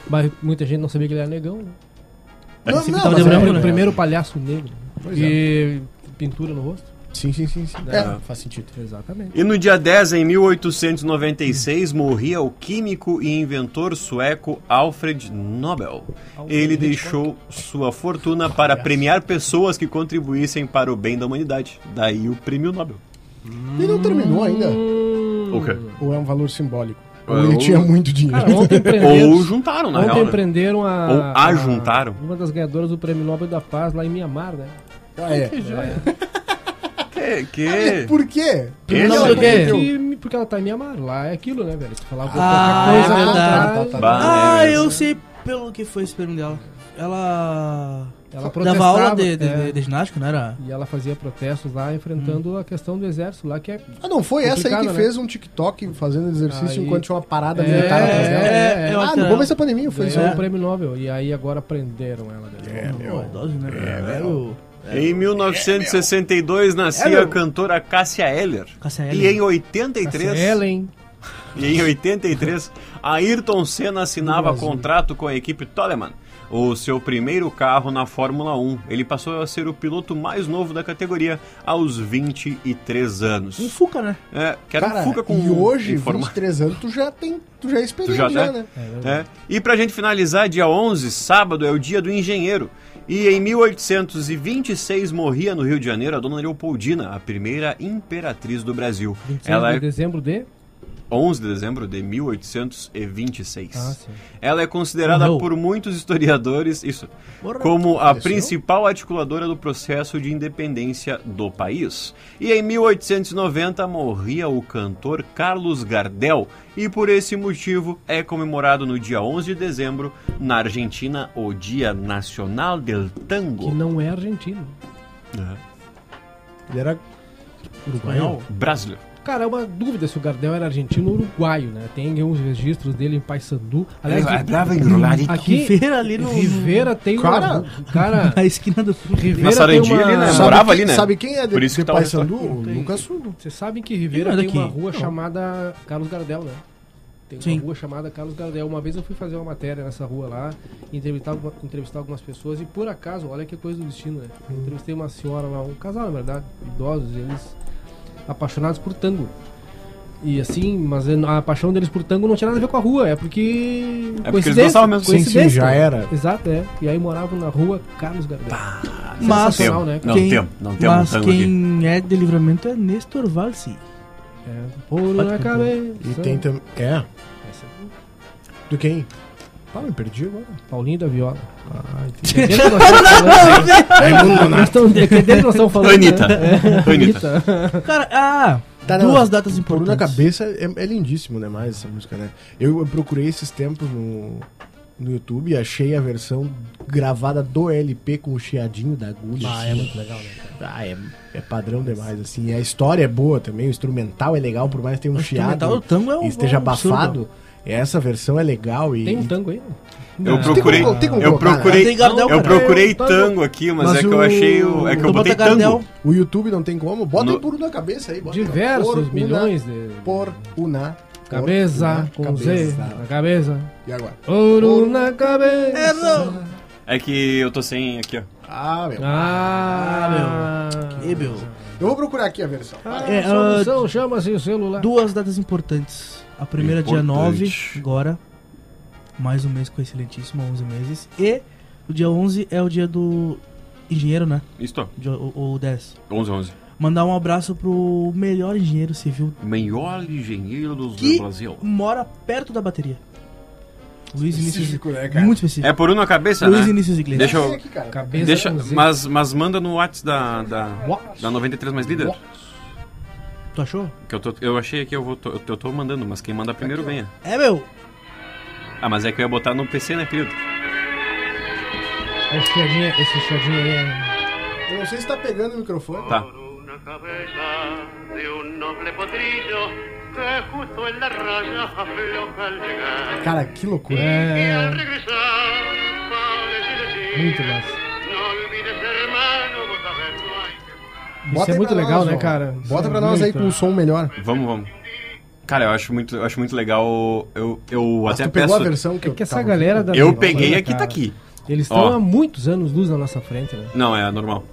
Speaker 6: Mas muita gente não sabia que ele era negão, né?
Speaker 4: Não,
Speaker 7: sempre
Speaker 4: não,
Speaker 7: tava
Speaker 4: mas
Speaker 6: Mas
Speaker 7: de
Speaker 4: é-
Speaker 7: branco,
Speaker 6: era
Speaker 7: né?
Speaker 6: o tá primeiro palhaço negro. né.
Speaker 4: Pois é.
Speaker 6: E pintura no rosto.
Speaker 4: Sim, sim, sim. sim. É, faz sentido.
Speaker 6: Exatamente.
Speaker 5: E no dia 10, em 1896, morria o químico e inventor sueco Alfred Nobel. Ele deixou sua fortuna para premiar pessoas que contribuíssem para o bem da humanidade. Daí o prêmio Nobel.
Speaker 4: Ele não terminou ainda.
Speaker 5: O quê?
Speaker 4: Ou é um valor simbólico? Ou
Speaker 5: É,
Speaker 4: ele
Speaker 5: ou-
Speaker 4: tinha muito dinheiro.
Speaker 6: Cara, ontem prenderam.
Speaker 5: Ou juntaram, na
Speaker 6: Ontem
Speaker 5: real. né?
Speaker 6: prenderam a.
Speaker 5: Ou ajuntaram.
Speaker 6: Uma das ganhadoras do Prêmio Nobel da Paz lá em Mianmar, né?
Speaker 4: Ah, é.
Speaker 5: Que, É, que...
Speaker 4: Por quê?
Speaker 5: Esse- é
Speaker 4: Não,
Speaker 7: Por quê?
Speaker 4: porque-
Speaker 6: Porque, porque ela tá em Mianmar. Lá é aquilo, né, velho? Se falar
Speaker 7: Ah,
Speaker 6: qualquer coisa
Speaker 7: é verdade.
Speaker 6: contra-
Speaker 4: Tá, tá, tá.
Speaker 5: Bah,
Speaker 7: Ah,
Speaker 5: é,
Speaker 7: eu sei pelo que foi esse prêmio dela. Ela.
Speaker 6: Ela
Speaker 7: Dava
Speaker 6: protestava.
Speaker 7: aula de, de,
Speaker 6: é.
Speaker 7: de- de ginástica, não era?
Speaker 6: E ela fazia protestos lá,
Speaker 7: Hum.
Speaker 6: enfrentando a questão do exército lá, que é...
Speaker 4: Ah, não, foi essa aí que
Speaker 6: Complicado, né?
Speaker 4: fez um TikTok fazendo exercício
Speaker 6: Aí-
Speaker 4: enquanto tinha uma parada
Speaker 6: É,
Speaker 4: militar atrás dela.
Speaker 7: é, é,
Speaker 4: ah,
Speaker 7: outra-
Speaker 4: no começo da pandemia foi isso.
Speaker 6: Ganhou o prêmio Nobel. E aí agora prenderam ela. Né?
Speaker 7: Pô, idoso, né? É, o
Speaker 5: Em
Speaker 4: É,
Speaker 5: 1962 nascia a cantora Cássia Eller.
Speaker 7: Cássia
Speaker 5: E
Speaker 7: Eller.
Speaker 5: em 83,
Speaker 6: Ellen.
Speaker 5: e em 83, Ayrton Senna assinava
Speaker 6: Do Brasil.
Speaker 5: contrato com a equipe Toleman, o seu primeiro carro na Fórmula 1. Ele passou a ser o piloto mais novo da categoria aos 23
Speaker 7: Um
Speaker 5: anos.
Speaker 7: Fuca, né?
Speaker 5: É, que era um
Speaker 4: Cara,
Speaker 5: Fuca com
Speaker 4: e hoje,
Speaker 5: em forma-
Speaker 4: 23 anos, tu já tem, tu já é experiente
Speaker 5: Tu já
Speaker 4: já,
Speaker 5: tá?
Speaker 4: né?
Speaker 5: É. E pra gente finalizar, dia 11, sábado, é o dia do engenheiro. E em 1826 morria no Rio de Janeiro a dona Leopoldina, a primeira imperatriz do Brasil.
Speaker 6: 26
Speaker 5: Ela
Speaker 6: de
Speaker 5: é
Speaker 6: dezembro de...
Speaker 5: 11 de dezembro de 1826.
Speaker 6: Ah, sim.
Speaker 5: Ela é considerada
Speaker 7: Morreu.
Speaker 5: por muitos historiadores, isso,
Speaker 7: Morreu.
Speaker 5: como a principal articuladora do processo de independência do país. E em 1890 morria o cantor Carlos Gardel, e por esse motivo é comemorado no dia 11 de dezembro, na Argentina, o Dia Nacional del
Speaker 6: Que
Speaker 5: Tango.
Speaker 6: não é argentino.
Speaker 4: Ele era
Speaker 7: Espanhol.
Speaker 5: Brasileiro.
Speaker 6: Cara, é uma dúvida se o Gardel era argentino ou uruguaio, né? Tem uns registros dele em Paysandu. Aliás,
Speaker 5: Ele
Speaker 6: de-
Speaker 5: falava em Rolarim.
Speaker 6: aqui
Speaker 7: Feira ali no.
Speaker 6: Rivera tem
Speaker 4: Cara.
Speaker 6: uma... Cara,
Speaker 7: Na esquina do Rivera.
Speaker 5: Na
Speaker 6: tem
Speaker 5: Sarandi
Speaker 6: uma-
Speaker 5: ali, né?
Speaker 6: Sabe
Speaker 5: Morava
Speaker 4: quem,
Speaker 5: ali, né?
Speaker 4: Sabe quem é de,
Speaker 5: Por isso que
Speaker 4: de
Speaker 5: tá o
Speaker 4: Paysandu?
Speaker 5: restaurante.
Speaker 4: O Lucas Sudo.
Speaker 6: Vocês sabem que Rivera
Speaker 7: Ele não é
Speaker 6: tem uma
Speaker 7: daqui.
Speaker 6: rua
Speaker 7: Não.
Speaker 6: chamada Carlos Gardel, né? Tem uma
Speaker 7: Sim.
Speaker 6: rua chamada Carlos Gardel. Uma vez eu fui fazer uma matéria nessa rua lá, entrevistar, alguma- entrevistar algumas pessoas e por acaso, olha que coisa do destino, né? Eu entrevistei uma senhora lá, um casal, na verdade, idosos, eles apaixonados por tango. E assim, mas a paixão deles por tango não tinha nada a ver com a rua, é porque.
Speaker 5: eles
Speaker 6: coincidência,
Speaker 5: dançavam mesmo.
Speaker 4: Sim, sim,
Speaker 6: coincidência.
Speaker 4: já era. Tá.
Speaker 6: Exato, é. E aí moravam na rua Carlos Gardel.
Speaker 7: Mas.
Speaker 6: Sensacional, né?
Speaker 5: Não
Speaker 7: quem-
Speaker 5: tem, não tem
Speaker 7: Mas
Speaker 5: um tango aqui.
Speaker 7: quem é de livramento é Nestor Valsi.
Speaker 6: É, ouro na cabeça.
Speaker 4: E tem também. É?
Speaker 6: Essa-
Speaker 4: Do quem? Ah, me perdi agora.
Speaker 6: Paulinho da Viola. Ah, entendi. Nós estamos defendendo, nós estamos falando.
Speaker 5: Anitta.
Speaker 6: né?
Speaker 5: Anitta.
Speaker 7: Cara, ah!
Speaker 4: Tá, não.
Speaker 7: duas datas
Speaker 4: Por na
Speaker 7: importantes.
Speaker 4: cabeça é, é lindíssimo, né? Mais essa música, né? Eu, eu procurei esses tempos no, no YouTube e achei a versão gravada do LP com o chiadinho da agulha. Ah, é muito legal, né? Ah, é, é padrão demais, assim. E a história é boa também, o instrumental é legal, por mais que tenha um
Speaker 7: O
Speaker 4: chiado
Speaker 7: instrumental do tango é um-
Speaker 4: e esteja
Speaker 7: é um absurdo.
Speaker 4: abafado. Essa versão é legal e.
Speaker 6: Tem um tango aí?
Speaker 5: Eu
Speaker 6: Não.
Speaker 5: procurei,
Speaker 4: como- tem como
Speaker 5: eu
Speaker 4: colocar, né?
Speaker 5: procurei,
Speaker 7: Tem Gardel,
Speaker 5: eu
Speaker 7: cara.
Speaker 5: procurei
Speaker 6: Eu tango.
Speaker 5: tango aqui, mas,
Speaker 4: Mas
Speaker 5: é que eu
Speaker 4: o-
Speaker 5: achei, o, é que eu
Speaker 7: Tu
Speaker 5: botei
Speaker 7: bota Gardel.
Speaker 5: tango.
Speaker 4: O YouTube não tem como? Bota
Speaker 5: No-
Speaker 4: aí por um na cabeça aí. Bota aí, ó. Por
Speaker 6: Diversos
Speaker 4: una-
Speaker 6: milhões de.
Speaker 4: Por una. por
Speaker 6: Cabeça,
Speaker 4: una
Speaker 6: com Z, na cabeça.
Speaker 4: E agora?
Speaker 6: Ouro na cabeça.
Speaker 4: É.
Speaker 5: É que eu tô sem aqui, ó.
Speaker 4: Ah, meu.
Speaker 6: Ah, meu.
Speaker 7: Ih, meu.
Speaker 4: Eu vou procurar aqui a versão.
Speaker 6: Ah,
Speaker 7: É,
Speaker 6: a solução chama-se o celular.
Speaker 7: Duas datas importantes. A primeira, dia
Speaker 5: Importante.
Speaker 7: 9, agora. Mais um mês com o excelentíssimo, 11 meses. E o dia 11 é o dia do engenheiro, né?
Speaker 5: Estou.
Speaker 7: Dia- O, o 10.
Speaker 5: 11, 11.
Speaker 7: Mandar um abraço pro melhor engenheiro civil
Speaker 5: Melhor engenheiro do
Speaker 7: Que-
Speaker 5: Brasil.
Speaker 7: mora perto da bateria. Luiz Inícios
Speaker 4: Específico, né, cara?
Speaker 7: Muito específico.
Speaker 5: É por uma cabeça,
Speaker 7: Luiz
Speaker 5: né?
Speaker 7: Inícios Iglesias.
Speaker 5: Deixa eu...
Speaker 4: Aqui, cara.
Speaker 6: Cabeça
Speaker 5: Deixa,
Speaker 6: com Z.
Speaker 5: mas, mas manda no WhatsApp da, da, da 93 mais líder.
Speaker 7: Tu achou?
Speaker 5: Que eu, tô, eu achei aqui, eu, vou, tô- eu, tô- eu tô mandando, mas quem manda primeiro ganha.
Speaker 7: É, meu.
Speaker 5: Ah, mas é que eu ia botar no PC, né, querido?
Speaker 6: Esse chiadinho, esse chiadinho aí é.
Speaker 4: Eu não sei se tá pegando o microfone.
Speaker 5: Tá.
Speaker 3: Por una una cabeza de un noble potrillo que justo en la raya afloja al llegar.
Speaker 4: Cara, que loucura.
Speaker 3: Y
Speaker 6: Eh.
Speaker 3: al regresar, parece decir,
Speaker 6: é- Muito massa.
Speaker 3: no olvides hermano, vos sabés no hay que
Speaker 6: Isso é
Speaker 4: aí
Speaker 6: muito
Speaker 4: pra
Speaker 6: legal,
Speaker 4: nós,
Speaker 6: né,
Speaker 4: ó.
Speaker 6: cara? Isso
Speaker 4: Bota
Speaker 6: é
Speaker 4: pra nós aí
Speaker 6: muito.
Speaker 4: com um som melhor.
Speaker 5: Vamos, vamos. Cara, eu acho muito, eu acho muito legal. Eu, eu
Speaker 4: Mas
Speaker 5: até
Speaker 4: tu pegou
Speaker 5: peço.
Speaker 4: a versão que
Speaker 6: É
Speaker 4: eu
Speaker 6: que essa
Speaker 4: tava
Speaker 6: galera
Speaker 4: ouvindo.
Speaker 6: da
Speaker 5: eu
Speaker 6: Nossa,
Speaker 5: peguei
Speaker 6: cara.
Speaker 5: aqui, tá aqui.
Speaker 6: Eles estão
Speaker 5: Ó.
Speaker 6: há muitos anos luz na nossa frente, né?
Speaker 5: Não, é normal.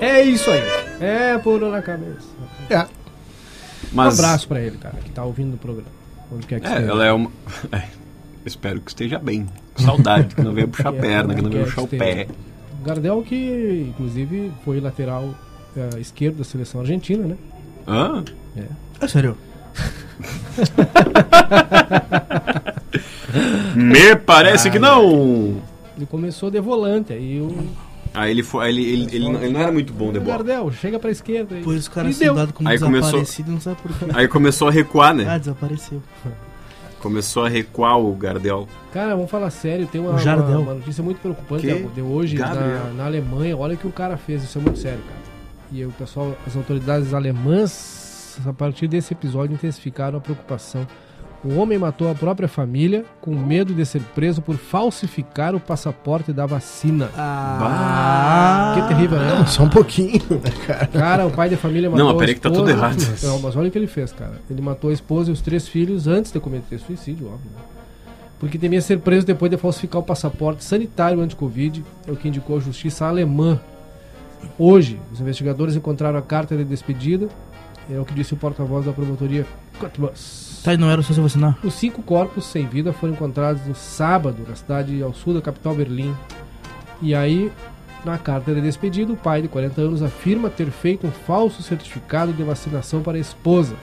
Speaker 6: É isso aí. É puro na cabeça.
Speaker 4: É.
Speaker 5: Mas,
Speaker 6: Um abraço pra ele, cara, que tá ouvindo o programa. Onde quer que
Speaker 5: É,
Speaker 6: esteja.
Speaker 5: ela é uma. é, espero que esteja bem. Com Saudade, que não veio puxar a perna, que não veio puxar o pé. é-
Speaker 6: O Gardel que, inclusive, foi lateral eh, esquerdo da seleção argentina, né?
Speaker 5: Hã?
Speaker 7: É sério.
Speaker 5: Me parece que não!
Speaker 6: Ele começou de volante, aí o
Speaker 5: Aí ele foi. aí Ele, ele, ele não- ele não era muito bom de
Speaker 6: o
Speaker 5: bola.
Speaker 6: Gardel chega pra esquerda. aí-
Speaker 7: Depois os
Speaker 6: E
Speaker 7: caras
Speaker 6: deu.
Speaker 7: são dados como
Speaker 5: Aí começou-
Speaker 7: desaparecido, não sabe por quê.
Speaker 5: Aí começou a recuar,
Speaker 7: Ah,
Speaker 5: né?
Speaker 7: desapareceu.
Speaker 5: Começou a recuar o Gardel.
Speaker 6: Cara, vamos falar sério, tem uma,
Speaker 7: O Jardel.
Speaker 6: uma- uma notícia muito preocupante
Speaker 5: Que?
Speaker 6: de hoje
Speaker 5: Gabriel.
Speaker 6: na, na Alemanha. Olha o que o cara fez, isso é muito sério, cara. E o pessoal, as autoridades alemãs, a partir desse episódio, intensificaram a preocupação. O homem matou a própria família com medo de ser preso por falsificar o passaporte da vacina.
Speaker 7: Ah,
Speaker 6: Que terrível, né?
Speaker 4: Só um pouquinho.
Speaker 6: Cara, o pai da família
Speaker 5: Não,
Speaker 6: matou
Speaker 5: mas peraí
Speaker 6: a
Speaker 5: que tá tudo
Speaker 6: esposa.
Speaker 5: errado.
Speaker 6: Não, mas olha o que ele fez, cara. Ele matou a esposa e os três filhos antes de cometer suicídio, óbvio. né? Porque temia ser preso depois de falsificar o passaporte sanitário anti-Covid, é o que indicou a justiça alemã. Hoje, os investigadores encontraram a carta de despedida, é o que disse o porta-voz da promotoria Cottbus.
Speaker 7: Tá, e não era só se vacinar.
Speaker 6: Os cinco corpos sem vida foram encontrados no sábado na cidade ao sul da capital Berlim. E aí, na carta de despedida, o pai de 40 anos afirma ter feito um falso certificado de vacinação para a esposa.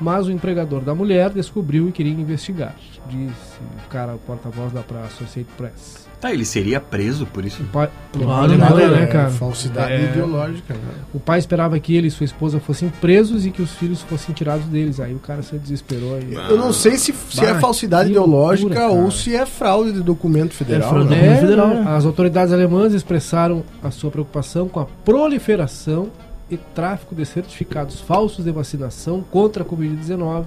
Speaker 6: Mas o empregador da mulher descobriu e queria investigar, disse o cara, o porta-voz da pra Associated Press.
Speaker 5: Tá, ele seria preso por isso?
Speaker 6: O pai,
Speaker 7: Claro,
Speaker 6: Não vale
Speaker 7: né,
Speaker 6: nada, né, cara?
Speaker 4: Falsidade
Speaker 6: É.
Speaker 4: ideológica, né?
Speaker 6: O pai esperava que ele e sua esposa fossem presos e que os filhos fossem tirados deles. Aí o cara se desesperou e...
Speaker 4: Eu não sei se, se é
Speaker 6: Bah,
Speaker 4: falsidade
Speaker 6: que
Speaker 4: ideológica
Speaker 6: loucura,
Speaker 4: ou
Speaker 6: cara.
Speaker 4: se é fraude de documento federal.
Speaker 7: É fraude.
Speaker 4: né?
Speaker 6: É,
Speaker 7: Governo federal,
Speaker 6: não.
Speaker 7: né?
Speaker 6: As autoridades alemãs expressaram a sua preocupação com a proliferação e tráfico de certificados falsos de vacinação contra a Covid-19,
Speaker 4: Mas e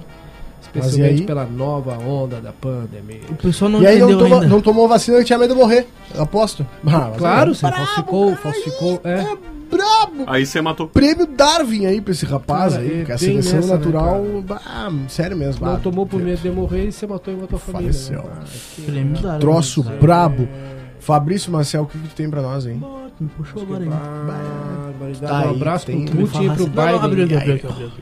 Speaker 6: especialmente
Speaker 4: aí?
Speaker 6: pela nova onda da pandemia.
Speaker 7: O pessoal não
Speaker 4: E aí não
Speaker 7: entendeu
Speaker 4: tomou,
Speaker 7: ainda.
Speaker 4: não tomou vacina que tinha medo de morrer. Eu aposto. Ah, mas
Speaker 6: claro,
Speaker 4: é.
Speaker 6: você falsificou, falsificou. É.
Speaker 4: Brabo!
Speaker 5: Aí você matou.
Speaker 4: Prêmio Darwin aí pra esse rapaz
Speaker 6: Cara,
Speaker 4: aí,
Speaker 6: é
Speaker 4: cara.
Speaker 6: bem
Speaker 4: Seleção
Speaker 6: nessa, né,
Speaker 4: natural. bah, sério mesmo.
Speaker 6: Não
Speaker 4: ah,
Speaker 6: tomou por
Speaker 4: Deus.
Speaker 6: medo de morrer e você matou e matou a família. né?
Speaker 4: Faleceu.
Speaker 6: Ah, que-
Speaker 7: Prêmio da-
Speaker 4: Troço
Speaker 7: É.
Speaker 4: brabo. Fabrício Marcel, o que, que tu tem pra nós, hein?
Speaker 7: Pô, tu me puxou
Speaker 6: que
Speaker 7: agora, hein?
Speaker 6: barbaridade.
Speaker 4: Tá
Speaker 6: um
Speaker 4: aí,
Speaker 6: abraço
Speaker 4: tem-
Speaker 6: pro Putin e pro
Speaker 7: Não, não, abriu aqui,
Speaker 6: Biden.
Speaker 7: abriu aqui, abriu aqui.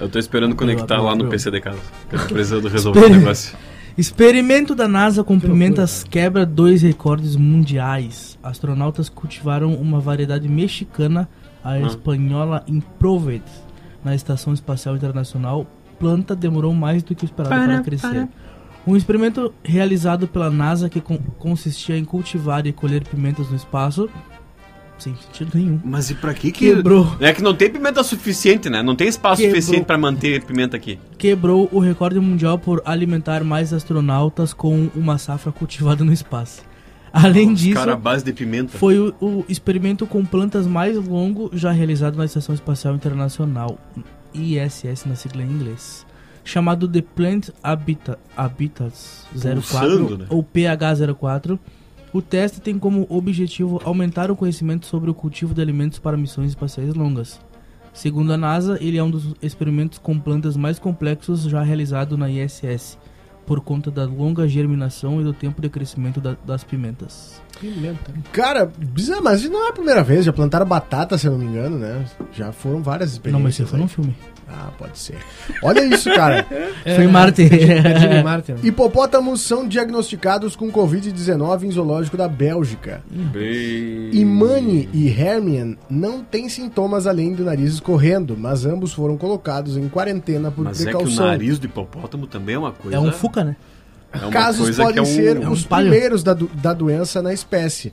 Speaker 5: Eu tô esperando conectar lá no PC de casa. que Eu tô precisando resolver
Speaker 7: Espere.
Speaker 5: um negócio.
Speaker 7: Experimento da NASA com pimentas quebra dois recordes mundiais. Astronautas cultivaram uma variedade mexicana, a espanhola Improved, na Estação Espacial Internacional. Planta demorou mais do que esperado para, crescer. Um experimento realizado pela NASA que con- consistia em cultivar e colher pimentas no espaço, sem sentido nenhum,
Speaker 5: Mas e pra que que.
Speaker 7: quebrou,
Speaker 5: É que não tem pimenta suficiente, né? Não tem espaço
Speaker 7: Quebrou.
Speaker 5: suficiente pra manter pimenta aqui.
Speaker 7: quebrou o recorde mundial por alimentar mais astronautas com uma safra cultivada no espaço. Além disso,
Speaker 5: Cara, a base de pimenta.
Speaker 7: Foi o, o experimento com plantas mais longo já realizado na Estação Espacial Internacional, ISS na sigla em inglês, chamado The Plant Habita- Habitats 04
Speaker 5: Pulsando, né?
Speaker 7: ou PH04. O teste tem como objetivo aumentar o conhecimento sobre o cultivo de alimentos para missões espaciais longas. Segundo a NASA, ele é um dos experimentos com plantas mais complexos já realizado na ISS, por conta da longa germinação e do tempo de crescimento da- das pimentas.
Speaker 6: Pimenta.
Speaker 4: Cara, bizarro, mas não é a primeira vez. Já plantaram batata, se eu não me engano, né? Já foram várias
Speaker 7: Não,
Speaker 4: experiências.
Speaker 7: mas você foi
Speaker 4: aí.
Speaker 7: num filme.
Speaker 4: Ah, pode ser. Olha isso, cara.
Speaker 7: Foi em Marte.
Speaker 6: Perdi de Marte. né?
Speaker 4: Hipopótamos são diagnosticados com Covid-19 em zoológico da Bélgica. Imani e Hermione não têm sintomas além do nariz escorrendo, mas ambos foram colocados em quarentena por
Speaker 5: Mas é que o
Speaker 4: precaução.
Speaker 5: nariz do hipopótamo também é uma coisa.
Speaker 7: É um Fuca, né?
Speaker 5: é uma
Speaker 4: Casos
Speaker 5: coisa que
Speaker 4: podem
Speaker 5: é um-
Speaker 4: ser
Speaker 5: é um-
Speaker 4: os
Speaker 7: palho.
Speaker 4: primeiros da, do- da doença na espécie.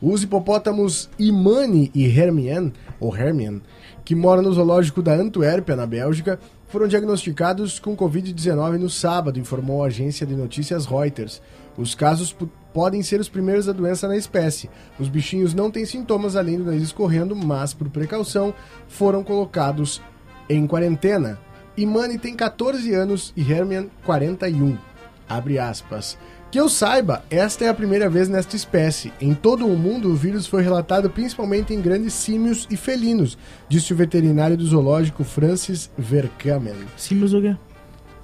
Speaker 4: Os hipopótamos Imani e Hermione, ou Hermione, que moram no zoológico da Antuérpia, na Bélgica, foram diagnosticados com Covid-19 no sábado, informou a agência de notícias Reuters. Os casos po- podem ser os primeiros da doença na espécie. Os bichinhos não têm sintomas além do nariz escorrendo, mas, por precaução, foram colocados em quarentena. Imani tem 14 anos e Hermione 41. Abre aspas. Que eu saiba, esta é a primeira vez nesta espécie. Em todo o mundo, o vírus foi relatado principalmente em grandes símios e felinos, disse o veterinário do zoológico Francis Verkamen.
Speaker 7: Símios o quê?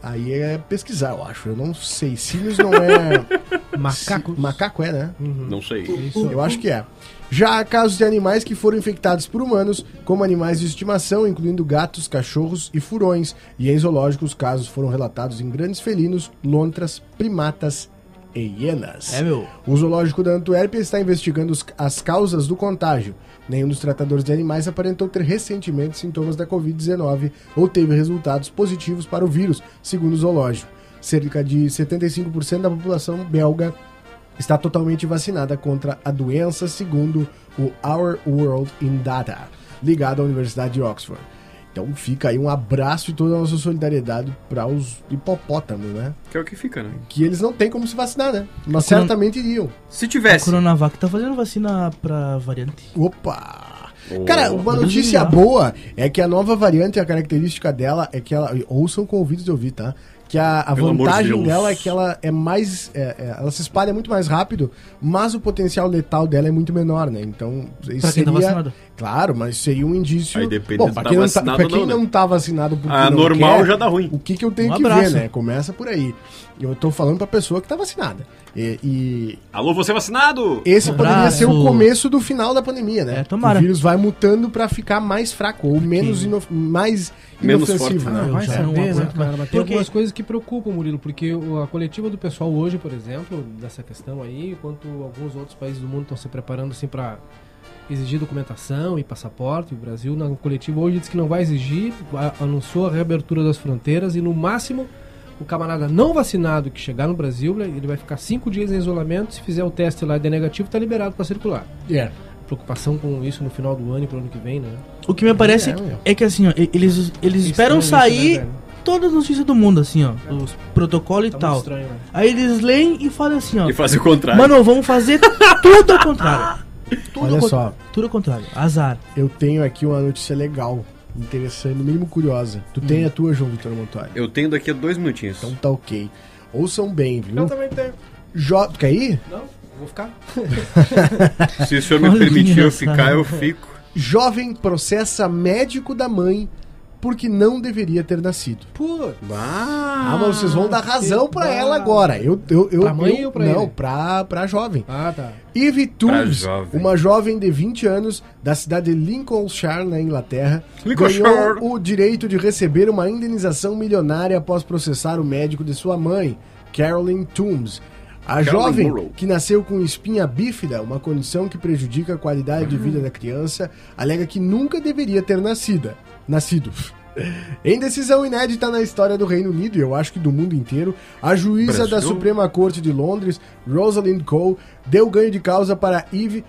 Speaker 4: Aí é pesquisar, eu acho. Eu não sei. Símios não é.
Speaker 6: Macacos.
Speaker 4: Si- Macaco é, né?
Speaker 5: Não sei.
Speaker 7: Uhum.
Speaker 4: Eu acho que é. Já há casos de animais que foram infectados por humanos, como animais de estimação, incluindo gatos, cachorros e furões. E em zoológicos, casos foram relatados em grandes felinos, lontras, primatas e hienas.
Speaker 7: É, meu.
Speaker 4: O zoológico da Antuérpia está investigando os- as causas do contágio. Nenhum dos tratadores de animais aparentou ter recentemente sintomas da Covid-19 ou teve resultados positivos para o vírus, segundo o zoológico. Cerca de 75% da população belga está totalmente vacinada contra a doença, segundo o Our World in Data, ligado à Universidade de Oxford. Então fica aí um abraço e toda a nossa solidariedade para os hipopótamos, né?
Speaker 5: Que é o que fica, né?
Speaker 4: Que eles não têm como se vacinar, né? Mas
Speaker 7: Quando-
Speaker 4: certamente iriam.
Speaker 8: Se
Speaker 7: A
Speaker 8: tivesse.
Speaker 7: Coronavac tá fazendo vacina pra variante.
Speaker 4: Opa! Cara, uma notícia
Speaker 5: Hum.
Speaker 7: legal.
Speaker 4: boa é que a nova variante, a característica dela é que ela. Ouçam com ouvidos de ouvir, tá? Que a, a
Speaker 5: Pelo amor de
Speaker 4: vantagem
Speaker 5: Deus.
Speaker 4: dela é que ela é mais. é- é- ela se espalha muito mais rápido, mas o potencial letal dela é muito menor, né? Então, isso
Speaker 7: Pra quem tá vacinado.
Speaker 4: Claro, mas seria um indício.
Speaker 5: Aí depende
Speaker 4: Bom,
Speaker 5: se
Speaker 4: pra
Speaker 5: tá
Speaker 4: quem, não, tá,
Speaker 5: vacinado
Speaker 4: pra
Speaker 5: ou
Speaker 4: quem
Speaker 5: não, né?
Speaker 4: não tá vacinado porque
Speaker 5: A
Speaker 4: não
Speaker 5: normal
Speaker 4: quer,
Speaker 5: já dá ruim.
Speaker 4: O que, que eu tenho
Speaker 7: Um
Speaker 4: que ver,
Speaker 7: abraço.
Speaker 4: né? Começa por aí. Eu tô falando pra pessoa que tá vacinada. E- e
Speaker 5: Alô, você é vacinado!
Speaker 6: Um
Speaker 4: esse
Speaker 7: Abraço.
Speaker 4: poderia ser o começo do final da pandemia, né?
Speaker 7: É, tomara.
Speaker 4: O vírus vai mutando pra ficar mais fraco ou menos ino- mais
Speaker 5: Menos
Speaker 4: inofensivo,
Speaker 5: forte.
Speaker 4: né?
Speaker 7: Ah,
Speaker 6: Vai
Speaker 7: já
Speaker 6: saber,
Speaker 7: não
Speaker 6: né,
Speaker 7: aguento mais.
Speaker 6: cara? Mas tem
Speaker 7: Porque-
Speaker 6: algumas coisas que preocupam, Murilo, porque o- a coletiva do pessoal hoje, por exemplo, dessa questão aí, enquanto alguns outros países do mundo estão se preparando assim para exigir documentação e passaporte, o Brasil na coletiva hoje disse que não vai exigir, a- anunciou a reabertura das fronteiras e no máximo o camarada não vacinado que chegar no Brasil, né, ele vai ficar cinco dias em isolamento, se fizer o teste lá e der negativo, está liberado para circular.
Speaker 4: É.
Speaker 6: Preocupação com isso no final do ano e pro ano que vem, né?
Speaker 7: O que me parece
Speaker 4: É, meu.
Speaker 7: é que assim, ó, e- eles, eles
Speaker 6: Estranho
Speaker 7: esperam
Speaker 6: isso, né,
Speaker 7: sair
Speaker 6: velho?
Speaker 7: todas as notícias do mundo, assim, ó. Os protocolos e
Speaker 6: Tá muito
Speaker 7: tal.
Speaker 6: estranho, né?
Speaker 7: Aí eles leem e falam assim, ó.
Speaker 5: E fazer o contrário.
Speaker 7: Mano, vamos fazer tudo ao contrário. Tudo
Speaker 4: Olha
Speaker 7: ao con-
Speaker 4: só.
Speaker 7: Tudo ao contrário. Azar.
Speaker 4: Eu tenho aqui uma notícia legal, interessante, no mínimo curiosa.
Speaker 6: Hum.
Speaker 4: Tu tem a tua, João Vitor Montori.
Speaker 5: Eu tenho daqui a dois minutinhos.
Speaker 4: Então tá ok. Ouçam bem, viu?
Speaker 6: Eu também tenho.
Speaker 4: Jo... Tu Quer ir?
Speaker 6: Não, vou ficar.
Speaker 5: Se o senhor me
Speaker 7: tá. Olha
Speaker 5: permitir eu
Speaker 7: engraçado.
Speaker 5: ficar, eu fico.
Speaker 4: Jovem processa médico da mãe porque não deveria ter nascido.
Speaker 6: Pô,
Speaker 4: Ah, mas vocês vão dar razão pra
Speaker 6: que
Speaker 4: ela
Speaker 6: bar-
Speaker 4: agora. Eu, eu, eu,
Speaker 6: Pra mãe
Speaker 4: eu-
Speaker 6: ou pra
Speaker 4: Não,
Speaker 6: ele?
Speaker 4: pra, pra jovem.
Speaker 6: Ah, tá.
Speaker 4: Ivy
Speaker 5: Pra
Speaker 4: Tubbs,
Speaker 5: jovem.
Speaker 4: uma jovem de 20 anos da cidade de Lincolnshire, na Inglaterra,
Speaker 5: Lincolnshire.
Speaker 4: ganhou o direito de receber uma indenização milionária após processar o médico de sua mãe, Carolyn Toombs. A
Speaker 5: Carolyn
Speaker 4: jovem,
Speaker 5: Murrow.
Speaker 4: que nasceu com espinha bífida, uma condição que prejudica a qualidade de
Speaker 5: Uhum.
Speaker 4: vida da criança, alega que nunca deveria ter nascida. nascido. Em decisão inédita na história do Reino Unido e eu acho que do mundo inteiro, a juíza da
Speaker 5: Brasil.
Speaker 4: Suprema Corte de Londres, Rosalind Cole, deu ganho de causa para Eve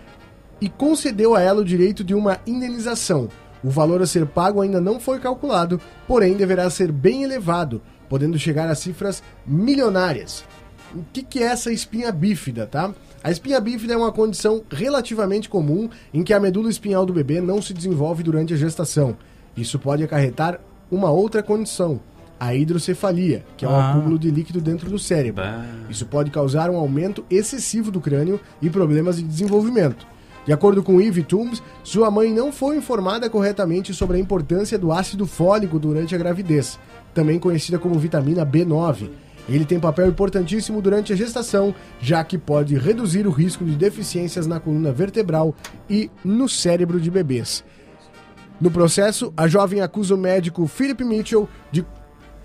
Speaker 4: e concedeu a ela o direito de uma indenização. O valor a ser pago ainda não foi calculado, porém deverá ser bem elevado, podendo chegar a cifras milionárias. O que, que é essa espinha bífida, tá? A espinha bífida é uma condição relativamente comum em que a medula espinhal do bebê não se desenvolve durante a gestação. Isso pode acarretar uma outra condição, a hidrocefalia, que é o
Speaker 7: Ah.
Speaker 4: acúmulo de líquido dentro do cérebro. Isso pode causar um aumento excessivo do crânio e problemas de desenvolvimento. De acordo com Eve Toombs, sua mãe não foi informada corretamente sobre a importância do ácido fólico durante a gravidez, também conhecida como vitamina B9. Ele tem papel importantíssimo durante a gestação, já que pode reduzir o risco de deficiências na coluna vertebral e no cérebro de bebês. No processo, a jovem acusa o médico Philip Mitchell de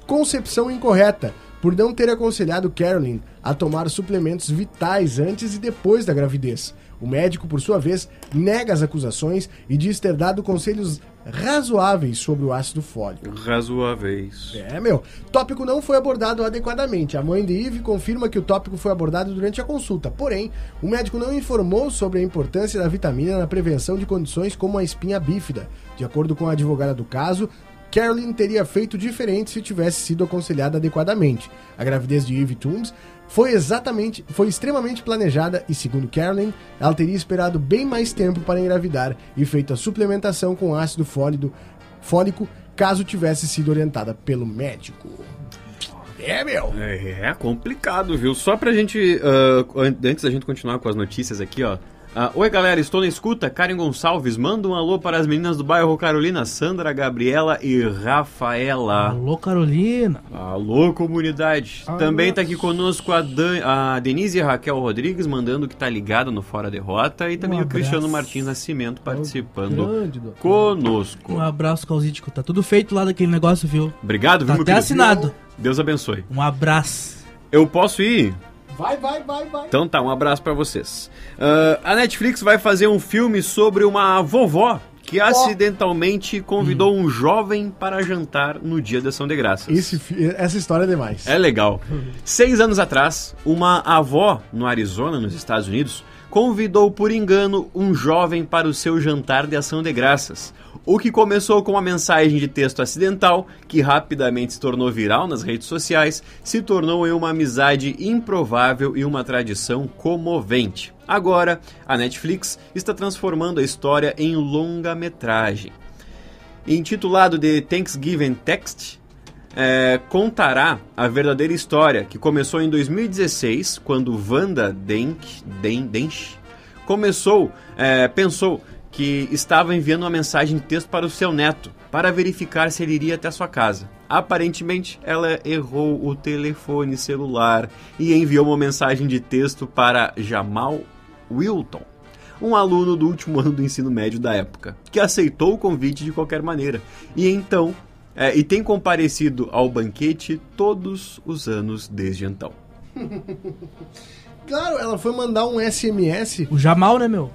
Speaker 4: concepção incorreta por não ter aconselhado Carolyn a tomar suplementos vitais antes e depois da gravidez. O médico, por sua vez, nega as acusações e diz ter dado conselhos razoáveis sobre o ácido fólico.
Speaker 5: Razoáveis.
Speaker 4: É, meu. Tópico não foi abordado adequadamente. A mãe de Ive confirma que o tópico foi abordado durante a consulta. Porém, o médico não informou sobre a importância da vitamina na prevenção de condições como a espinha bífida. De acordo com a advogada do caso, Carolyn teria feito diferente se tivesse sido aconselhada adequadamente. A gravidez de Eve Toombs foi exatamente, foi extremamente planejada e, segundo Carolyn, ela teria esperado bem mais tempo para engravidar e feito a suplementação com ácido fólido, fólico caso tivesse sido orientada pelo médico. É, meu!
Speaker 5: É complicado, viu? Só pra gente. ah, an- antes da gente continuar com as notícias aqui, ó. Ah, Oi, galera, estou na escuta. Karen Gonçalves, manda um alô para as meninas do bairro Carolina, Sandra, Gabriela e Rafaela.
Speaker 7: Alô, Carolina.
Speaker 5: Alô, comunidade.
Speaker 6: Alô.
Speaker 5: Também tá aqui conosco a, Dan- a Denise Raquel Rodrigues, mandando que tá ligada no Fora Derrota. E também
Speaker 7: Um
Speaker 5: o Cristiano
Speaker 7: abraço.
Speaker 5: Martins Nascimento participando
Speaker 6: Grande, doutor.
Speaker 7: Um
Speaker 5: conosco.
Speaker 7: abraço, Causítico. Tá tudo feito lá daquele negócio, viu?
Speaker 5: Obrigado, viu,
Speaker 7: Tá
Speaker 5: meu
Speaker 7: até
Speaker 5: querido?
Speaker 7: assinado.
Speaker 5: Deus abençoe.
Speaker 7: Um abraço.
Speaker 5: Eu posso ir?
Speaker 4: Vai, vai, vai, vai!
Speaker 5: Então tá, um abraço pra vocês. Ah, a Netflix vai fazer um filme sobre uma vovó que acidentalmente convidou
Speaker 7: Hum.
Speaker 5: um jovem para jantar no dia da ação de graças.
Speaker 4: Esse, fi- essa história é demais.
Speaker 5: É legal. Seis anos atrás, uma avó no Arizona, nos Estados Unidos, convidou por engano um jovem para o seu jantar de ação de graças. O que começou com uma mensagem de texto acidental, que rapidamente se tornou viral nas redes sociais, se tornou em uma amizade improvável e uma tradição comovente. Agora, a Netflix está transformando a história em longa-metragem intitulado de Thanksgiving Text, é, contará a verdadeira história que começou em 2016, quando Wanda Denk, Den, Dench começou, é, pensou que estava enviando uma mensagem de texto para o seu neto, para verificar se ele iria até sua casa. Aparentemente, ela errou o telefone celular e enviou uma mensagem de texto para Jamal Wilton, um aluno do último ano do ensino médio da época, que aceitou o convite de qualquer maneira e então é, e tem comparecido ao banquete todos os anos desde então.
Speaker 4: Claro, ela foi mandar um SMS.
Speaker 7: O Jamal, né, meu?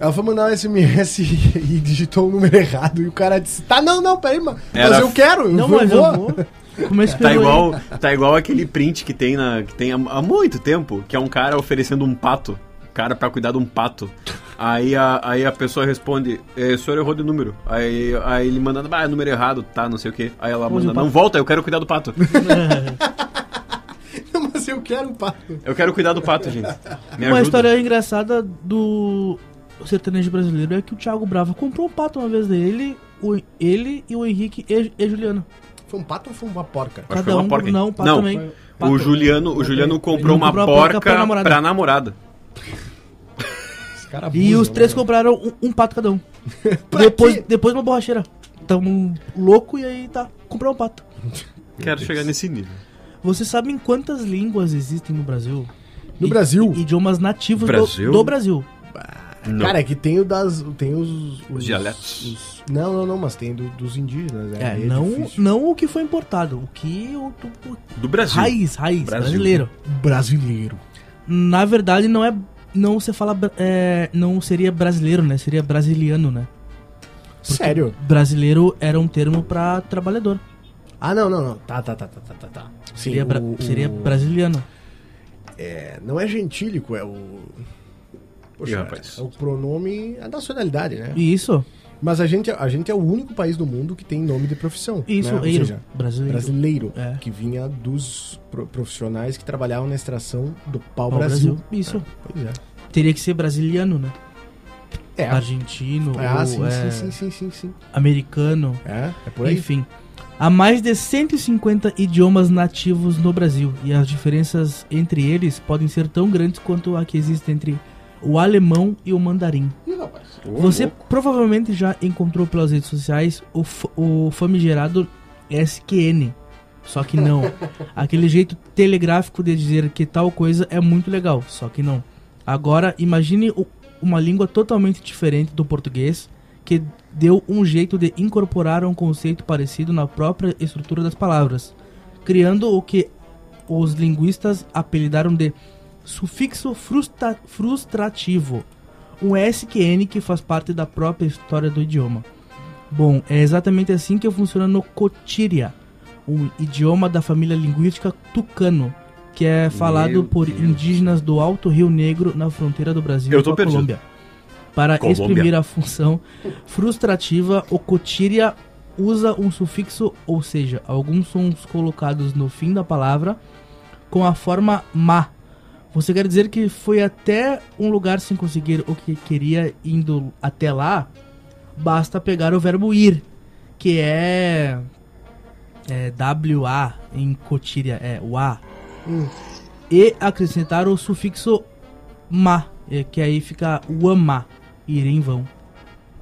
Speaker 4: Ela foi mandar um SMS e, e digitou o número errado. E o cara disse: Tá, não, não, peraí, mano. Mas
Speaker 5: Era-
Speaker 4: eu quero, eu
Speaker 7: Não,
Speaker 4: vou.
Speaker 7: mas
Speaker 4: vou.
Speaker 7: eu vou. Como é que
Speaker 5: Tá
Speaker 7: pegou ele?
Speaker 5: igual, tá igual aquele print que tem na que tem há, há muito tempo, que é um cara oferecendo um pato, cara pra cuidar de um pato. Aí a, aí a pessoa responde, é, o senhor errou de número. Aí, aí ele manda, ah, número errado, tá, não sei o quê. Aí ela
Speaker 7: Onde
Speaker 5: manda,
Speaker 7: o pato?
Speaker 5: não, volta, eu quero cuidar do pato.
Speaker 7: É.
Speaker 4: mas eu quero, um pato.
Speaker 5: Eu quero cuidar do pato, gente. Me
Speaker 7: Uma
Speaker 5: ajuda.
Speaker 7: história engraçada do sertanejo brasileiro é que o Thiago Brava comprou um pato uma vez dele, o- ele e o Henrique e, e Juliano.
Speaker 4: Foi um pato ou foi uma porca?
Speaker 5: Acho que foi uma porca, hein?
Speaker 7: não, um pato
Speaker 5: Não,
Speaker 7: também.
Speaker 5: O
Speaker 7: Pato.
Speaker 5: Juliano, o Juliano comprou
Speaker 7: Ele
Speaker 5: uma
Speaker 7: comprou a
Speaker 5: porca
Speaker 7: porca pra
Speaker 5: pra namorada.
Speaker 7: namorada.
Speaker 4: Esse cara
Speaker 7: E
Speaker 4: abusa,
Speaker 7: os três
Speaker 4: né?
Speaker 7: compraram um, um pato cada um.
Speaker 4: Pra quê?
Speaker 7: depois, depois uma borracheira. Tamo louco e aí tá, comprou um pato.
Speaker 5: Quero chegar nesse nível.
Speaker 7: Vocês sabem quantas línguas existem no Brasil?
Speaker 4: No
Speaker 7: I-
Speaker 4: Brasil?
Speaker 7: Idiomas nativos do-
Speaker 5: Brasil?
Speaker 7: Do, Brasil.
Speaker 5: Não.
Speaker 4: Cara, é que tem o das. Tem os.
Speaker 5: Os dialetos.
Speaker 4: os- não, não, não, mas tem do- dos indígenas. né?
Speaker 7: É,
Speaker 4: Aí
Speaker 7: não,
Speaker 4: difícil.
Speaker 7: não o que foi importado, o que o, o-
Speaker 5: do Brasil.
Speaker 7: raiz, raiz,
Speaker 5: Brasil.
Speaker 7: brasileiro.
Speaker 4: Brasileiro.
Speaker 7: Na verdade, não é. Não se fala. bra- é, não seria brasileiro, né? Seria brasiliano, né?
Speaker 4: Sério?
Speaker 7: Brasileiro era um termo pra trabalhador.
Speaker 4: Ah, não, não, não. Tá, tá, tá, tá, tá, tá, tá. Sim,
Speaker 7: Seria, bra-
Speaker 4: o- o-
Speaker 7: seria brasiliano.
Speaker 4: é, não é gentílico, é o.
Speaker 5: Ih, rapaz.
Speaker 4: É o pronome. A nacionalidade, né?
Speaker 7: E isso?
Speaker 4: Mas a gente, é- a gente é o único país do mundo que tem nome de profissão.
Speaker 7: Isso,
Speaker 4: né? Ou
Speaker 7: eiro.
Speaker 4: seja,
Speaker 7: brasileiro.
Speaker 4: brasileiro.
Speaker 7: É.
Speaker 4: Que vinha dos pro- profissionais que trabalhavam na extração do pau,
Speaker 7: Ao
Speaker 4: Brasil.
Speaker 7: Isso.
Speaker 4: Pois é.
Speaker 7: Teria que ser brasiliano, né?
Speaker 4: É.
Speaker 7: Argentino,
Speaker 4: Ah,
Speaker 7: ou,
Speaker 4: sim,
Speaker 7: é,
Speaker 4: sim, sim, sim, sim, sim.
Speaker 7: americano.
Speaker 4: É, é por aí.
Speaker 7: Enfim, há mais de 150 idiomas nativos no Brasil e as diferenças entre eles podem ser tão grandes quanto a que existe entre o alemão e o mandarim. Você provavelmente já encontrou pelas redes sociais o, f- o famigerado SQN. Só que não. Aquele jeito telegráfico de dizer que tal coisa é muito legal. Só que não. Agora, imagine o- uma língua totalmente diferente do português que deu um jeito de incorporar um conceito parecido na própria estrutura das palavras, criando o que os linguistas apelidaram de sufixo frustra- frustrativo um SQN que faz parte da própria história do idioma. Bom, é exatamente assim que funciona no Cotíria, um idioma da família linguística tucano, que é falado
Speaker 5: Meu
Speaker 7: por
Speaker 5: Deus.
Speaker 7: indígenas do Alto Rio Negro na fronteira do Brasil
Speaker 5: Eu
Speaker 7: com
Speaker 5: tô
Speaker 7: a
Speaker 5: perdido.
Speaker 7: Colômbia. Para
Speaker 5: Colômbia.
Speaker 7: exprimir a função frustrativa, o Cotíria usa um sufixo, ou seja, alguns sons colocados no fim da palavra com a forma ma. Você quer dizer que foi até um lugar sem conseguir o que queria indo até lá? Basta pegar o verbo ir, que é é WA em cotíria, é WA. E acrescentar o sufixo ma, é, que aí fica uama, ir em vão.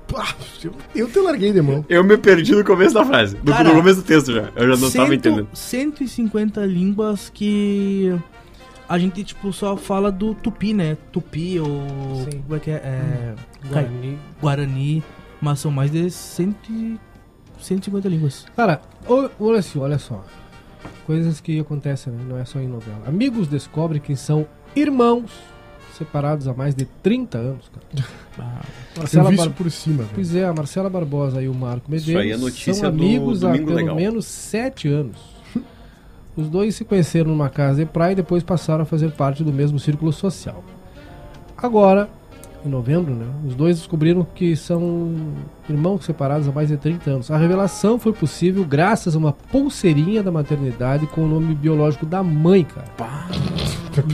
Speaker 4: Pá, eu, eu te larguei de mão.
Speaker 5: Eu me perdi no começo da frase. No,
Speaker 7: Cara,
Speaker 5: no começo do texto já. Eu já não tava
Speaker 7: Cento-
Speaker 5: entendendo.
Speaker 7: 150 línguas que a gente tipo só fala do tupi, né? Tupi ou
Speaker 6: Sim. Hum.
Speaker 7: como é que é? é cai-
Speaker 6: Guarani.
Speaker 7: Guarani, mas são mais de 100, e- 150 línguas.
Speaker 6: Cara, o- olha só, olha só. Coisas que acontecem, né? Não é só em novela. Amigos descobrem que são irmãos separados há mais de 30 anos, cara.
Speaker 4: Eu
Speaker 6: Marcela
Speaker 4: vi isso
Speaker 6: Bar...
Speaker 4: por cima, velho.
Speaker 6: Pois é, a Marcela Barbosa e o Marco Medeiros
Speaker 5: Isso aí é notícia
Speaker 6: são
Speaker 5: do
Speaker 6: amigos há
Speaker 5: Domingo
Speaker 6: pelo
Speaker 5: Legal.
Speaker 6: menos 7 anos. Os dois se conheceram numa casa de praia e depois passaram a fazer parte do mesmo círculo social. Agora, em novembro, né, os dois descobriram que são irmãos separados há mais de 30 anos. A revelação foi possível graças a uma pulseirinha da maternidade com o nome biológico da mãe, cara.